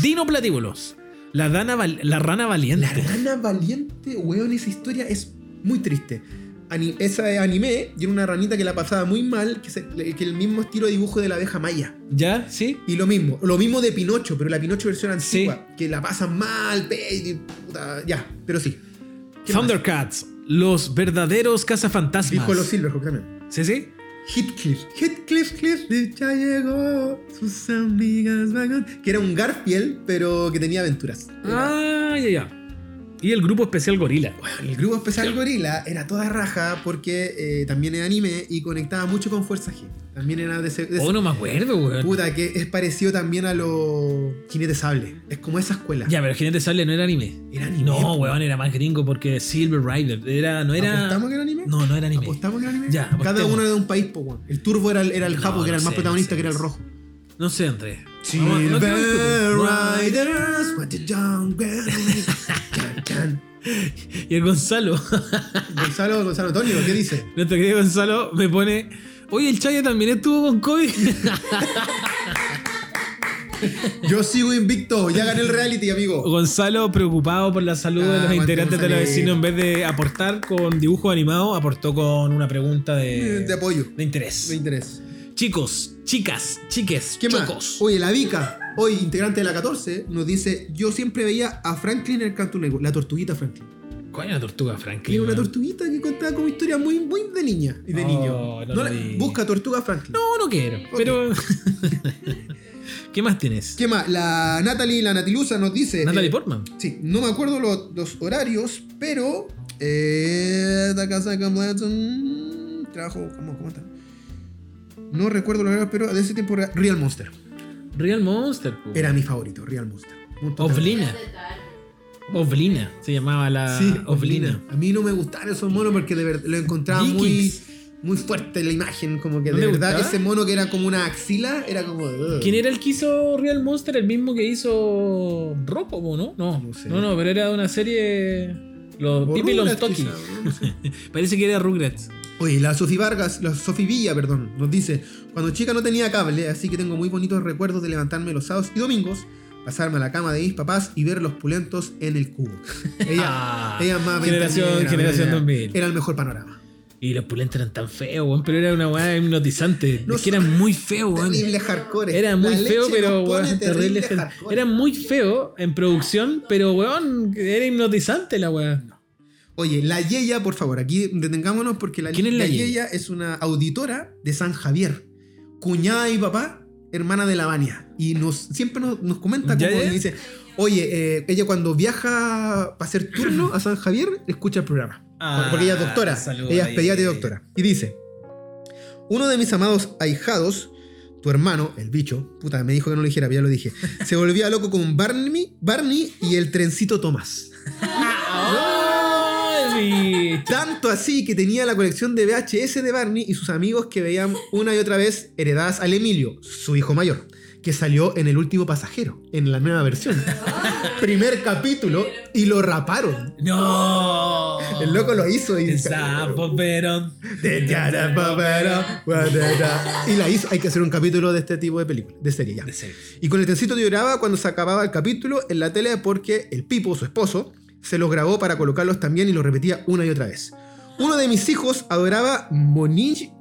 A: Dino Platíbulos. La, dana val- la rana
B: La
A: valiente.
B: rana valiente, weón, esa historia es muy triste. Ani- esa de anime, y era una ranita que la pasaba muy mal, que, se- que el mismo estilo de dibujo de la abeja maya.
A: ¿Ya? ¿Sí?
B: Y lo mismo, lo mismo de Pinocho, pero la Pinocho versión
A: Sí.
B: antigua, que la pasan mal, pe- y puta, ya, pero sí. ¿Qué más?
A: Thundercats. Los verdaderos cazafantasmas.
B: Dijo los Silverhawks también.
A: ¿Sí, sí?
B: Hitcliff, Hitcliff, Cliff, ya llegó, sus amigas vagan. Que era un Garfield, pero que tenía aventuras. Era-
A: Ah, ya, ya. Y el grupo especial Gorila.
B: El grupo especial Gorila era toda raja porque eh, también era anime y conectaba mucho con Fuerza G. También era de ese. de ese-
A: Oh, no me acuerdo, weón.
B: Puta, que es parecido también a los jinetes sable. Es como esa escuela.
A: Ya, pero Jinete Sable no era anime.
B: Era anime,
A: No,
B: po.
A: weón, era más gringo porque Silver Rider. Era, no era.
B: ¿Apostamos que era anime?
A: No, no era anime.
B: ¿Apostamos que era anime?
A: Ya,
B: Cada
A: apostemos.
B: uno era de un país, po, weón. El turbo era el, era el
A: No,
B: japo, que
A: no
B: era el más
A: sé,
B: protagonista,
A: no sé,
B: que era el
A: no sé.
B: rojo.
A: No sé, Andrés. Vamos, no quiero discutir.
B: Silver Riders, what the young girl. Can, can.
A: Y el Gonzalo.
B: Gonzalo, Gonzalo Antonio, ¿qué dice?
A: Nuestro querido Gonzalo me pone. Oye, el Chaya también estuvo con COVID.
B: Yo sigo invicto, ya gané el reality, amigo.
A: Gonzalo, preocupado por la salud de
B: Ah,
A: los
B: aguante,
A: integrantes de los
B: Gonzalito.
A: vecinos, en vez de aportar con dibujos animados, aportó con una pregunta de,
B: De apoyo,
A: de interés.
B: de interés.
A: Chicos, chicas, chiques,
B: ¿Qué más?
A: chocos.
B: Oye, la Vika, hoy integrante de la 14, nos dice: Yo siempre veía a Franklin en el Cartoon Network, la tortuguita Franklin.
A: ¿Cuál es la tortuga, Franklin?
B: Era una
A: weón?
B: tortuguita que contaba como historia muy, muy de niña y de
A: Oh,
B: niño.
A: no
B: No
A: lo
B: la-
A: vi.
B: busca Tortuga Franklin.
A: No, no quiero. Pero. ¿Qué más tienes?
B: ¿Qué más? La Natalie, la Natilusa nos dice.
A: Natalie
B: eh,
A: Portman.
B: Sí, no me acuerdo lo- los horarios, pero. Eh, la casa de Campbellton, Trabajo. ¿Cómo, cómo está? No recuerdo los horarios, pero de ese tiempo era Real Monster.
A: Real Monster. pues. po.
B: Era mi favorito, Real Monster. Un total.
A: Oblina.
C: De tal.
A: Oblina. Se llamaba la.
B: Sí,
A: Oblina.
B: Oblina. A mí no me gustaban esos monos porque de verdad lo encontraba muy,
A: Vikings.
B: muy fuerte la imagen. Como que
A: ¿No
B: de
A: te
B: verdad
A: gustaba?
B: ese mono que era como una axila era como. "Ugh".
A: ¿Quién era el que hizo Real Monster? El mismo que hizo Rocco, po, ¿no? No, no,
B: No sé.
A: no, pero era de una serie. Los
B: O
A: Pipi los
B: Rugrats,
A: Toki.
B: quizá, no, no sé.
A: Parece que era Rugrats.
B: Oye, la Sofi Vargas, la Sofi Villa, perdón, nos dice: Cuando chica no tenía cable, así que tengo muy bonitos recuerdos de levantarme los sábados y domingos, pasarme a la cama de mis papás y ver los pulentos en el cubo. ella,
A: Ah,
B: ella es más
A: generación-
B: veinteañera,
A: generación
B: era- Eh,
A: 2000.
B: Era el mejor panorama.
A: Y los pulentos eran tan feos, weón. Pero era una weá hipnotizante.
B: No
A: es que eran muy feos, weón.
B: Terrible hardcore.
A: Era muy
B: La
A: feo,
B: leche
A: pero
B: nos pone
A: weón, terrible. gen-
B: hardcore.
A: Era muy feo en producción, pero weón, era hipnotizante la weá.
B: Oye, la Yeya, por favor, aquí detengámonos porque la,
A: ¿Quién es la Yeya?
B: Yeya es una auditora de San Javier, cuñada y papá, hermana de la Vania. Y nos, siempre nos, nos comenta
A: ¿Ya,
B: como
A: ya?
B: y dice, oye, eh, ella cuando viaja para hacer turno a San Javier, escucha el programa.
A: Ah,
B: porque ella es doctora,
A: saluda,
B: ella es
A: Yeya.
B: pediatra y doctora. Y dice, uno de mis amados ahijados, tu hermano, el bicho, puta, me dijo que no lo dijera, pero ya lo dije, se volvía loco con Barney, Barney y el trencito Tomás.
A: ¡Ay, bicho!
B: Tanto así que tenía la colección de VHS de Barney y sus amigos que veían una y otra vez heredadas al Emilio, su hijo mayor, que salió en el último pasajero, en la nueva versión. Primer capítulo y lo raparon.
A: ¡No!
B: El loco lo hizo y,
A: El sapo, pero.
B: De tiara, papera, guadera. y la hizo. Hay que hacer un capítulo de este tipo de película, de serie ya.
A: De serio.
B: Y con el trencito lloraba cuando se acababa el capítulo en la tele porque el Pipo, su esposo, se los grabó para colocarlos también y los repetía una y otra vez. Uno de mis hijos adoraba Monique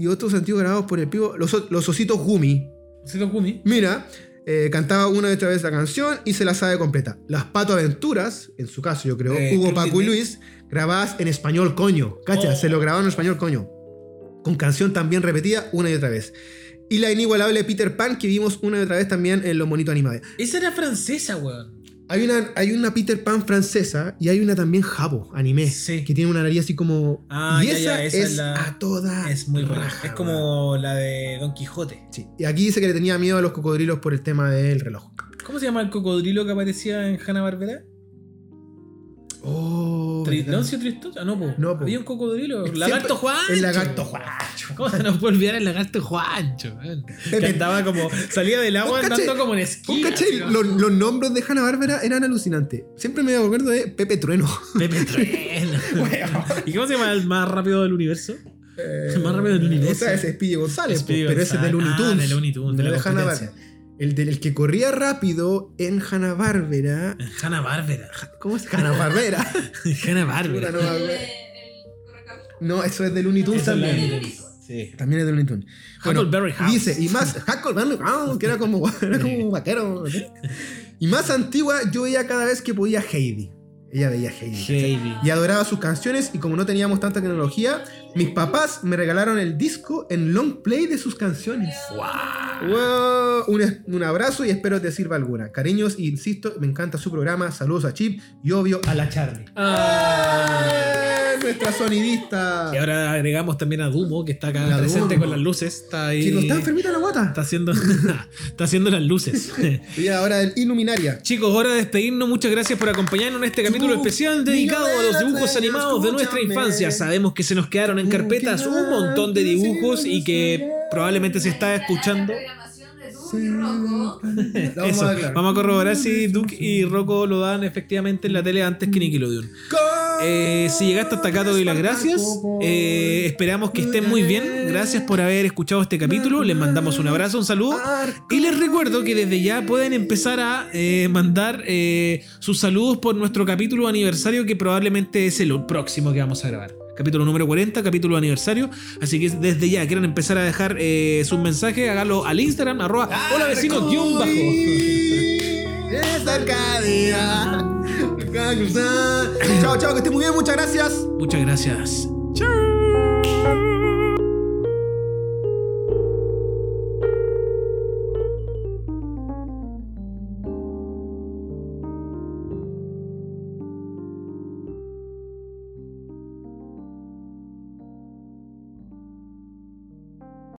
B: y otros antiguos grabados por el pivo, los, o- los ositos Gumi.
A: Osito Gumi.
B: Mira, eh, cantaba una y otra vez la canción y se la sabe completa. Las Pato Aventuras, en su caso yo creo,
A: Eh,
B: Hugo
A: creo que
B: Paco y
A: sí.
B: Luis, grabadas en español, coño. Cacha,
A: Oh.
B: se lo grabaron en español, coño. Con canción también repetida una y otra vez. Y la inigualable Peter Pan que vimos una y otra vez también en Los Monitos Animados.
A: Esa era francesa, weón.
B: Hay una, hay una Peter Pan francesa y hay una también jabo, anime,
A: Sí.
B: que tiene una nariz así como...
A: Ah,
B: y
A: ya,
B: esa,
A: ya, esa
B: es
A: es la-
B: a toda
A: Es muy buena.
B: raja,
A: Es como la de Don Quijote.
B: Sí. Y aquí dice que le tenía miedo a los cocodrilos por el tema del reloj.
A: ¿Cómo se llama el cocodrilo que aparecía en Hanna Barbera?
B: Oh, ¿verdad?
A: ¿Tridoncio Tristot? Ah, no, po.
B: No, po.
A: Había un cocodrilo.
B: Siempre-
A: Lagarto Juancho.
B: El lagarto Juancho.
A: ¿Cómo se nos puede olvidar el lagarto Juancho? weón? Que
B: Pepe.
A: andaba como. Salía del agua
B: ¿Vos
A: andando
B: cachai?
A: como en
B: ¿Vos
A: esquí.
B: cachai?
A: así, ¿no?
B: Los, los nombres de Hanna Bárbara eran alucinantes. Siempre me acuerdo de Pepe Trueno.
A: Pepe Trueno. ¿Y cómo se llama el más rápido del universo?
B: Eh,
A: El más rápido del universo.
B: O sea, ese es Pille González,
A: Speedy
B: pues, pero ese es de
A: González.
B: Looney Tunes.
A: Ah, de Looney Tunes, de
B: no
A: la
B: de Hanna Bárbara.
A: competencia.
B: El, del el que corría rápido en Hanna Bárbara.
A: Hanna Barbera.
B: ¿Cómo es Hanna Bárbara?
A: Hanna Barbera.
B: no,
C: El,
B: a ver.
C: el correcamino.
B: no, eso es de Looney Tunes
C: Eso es de
B: también.
C: Looney Tunes.
A: Sí.
B: También es de Looney Tunes.
A: Huckleberry House.
B: Dice, y más, Huckleberry House, que era como, era como un vaquero. Y más antigua, yo veía cada vez que podía Heidi. Ella veía Heidi.
A: Heidi.
B: Y adoraba sus canciones y como no teníamos tanta tecnología, mis papás me regalaron el disco en long play de sus canciones. Wow, un, es- un abrazo y espero te sirva alguna. Cariños, insisto, me encanta su programa. Saludos a Chip y obvio a la Charlie.
A: Ah.
B: ¡Eh, nuestra sonidista.
A: Y ahora agregamos también a Dumo, que está acá
B: La
A: presente
B: Dumo.
A: con las luces. Está ahí.
B: Chicos, está enfermita la guata.
A: Está haciendo, está haciendo las luces.
B: Y ahora el Iluminaria.
A: Chicos, hora de despedirnos. Muchas gracias por acompañarnos en este
B: Uh,
A: capítulo especial dedicado a los dibujos animados de nuestra infancia. Sabemos que se nos quedaron en carpetas un montón de dibujos y que probablemente se Este, está escuchando.
C: La programación de Duke
B: La
C: y Rocco.
B: vamos
A: Eso.
B: a aclarar.
A: Vamos a corroborar si Duke y Rocco lo dan efectivamente en la tele antes
B: Mm.
A: que Nickelodeon. Eh, si llegaste hasta acá, te doy las gracias. Eh, esperamos que estén muy bien. Gracias por haber escuchado este capítulo. Les mandamos un abrazo, un saludo. Y les recuerdo que desde ya pueden empezar a eh, mandar eh, sus saludos por nuestro capítulo aniversario, que probablemente es el próximo que vamos a grabar. Capítulo número 40, capítulo aniversario. Así que desde ya quieren empezar a dejar eh, sus mensajes, háganlo al Instagram, arroba
B: Ah,
A: hola vecinos, guión bajo.
B: Esa Arcadia. Acá cruzada. Chao, chao, que esté muy bien, muchas gracias.
A: Muchas gracias.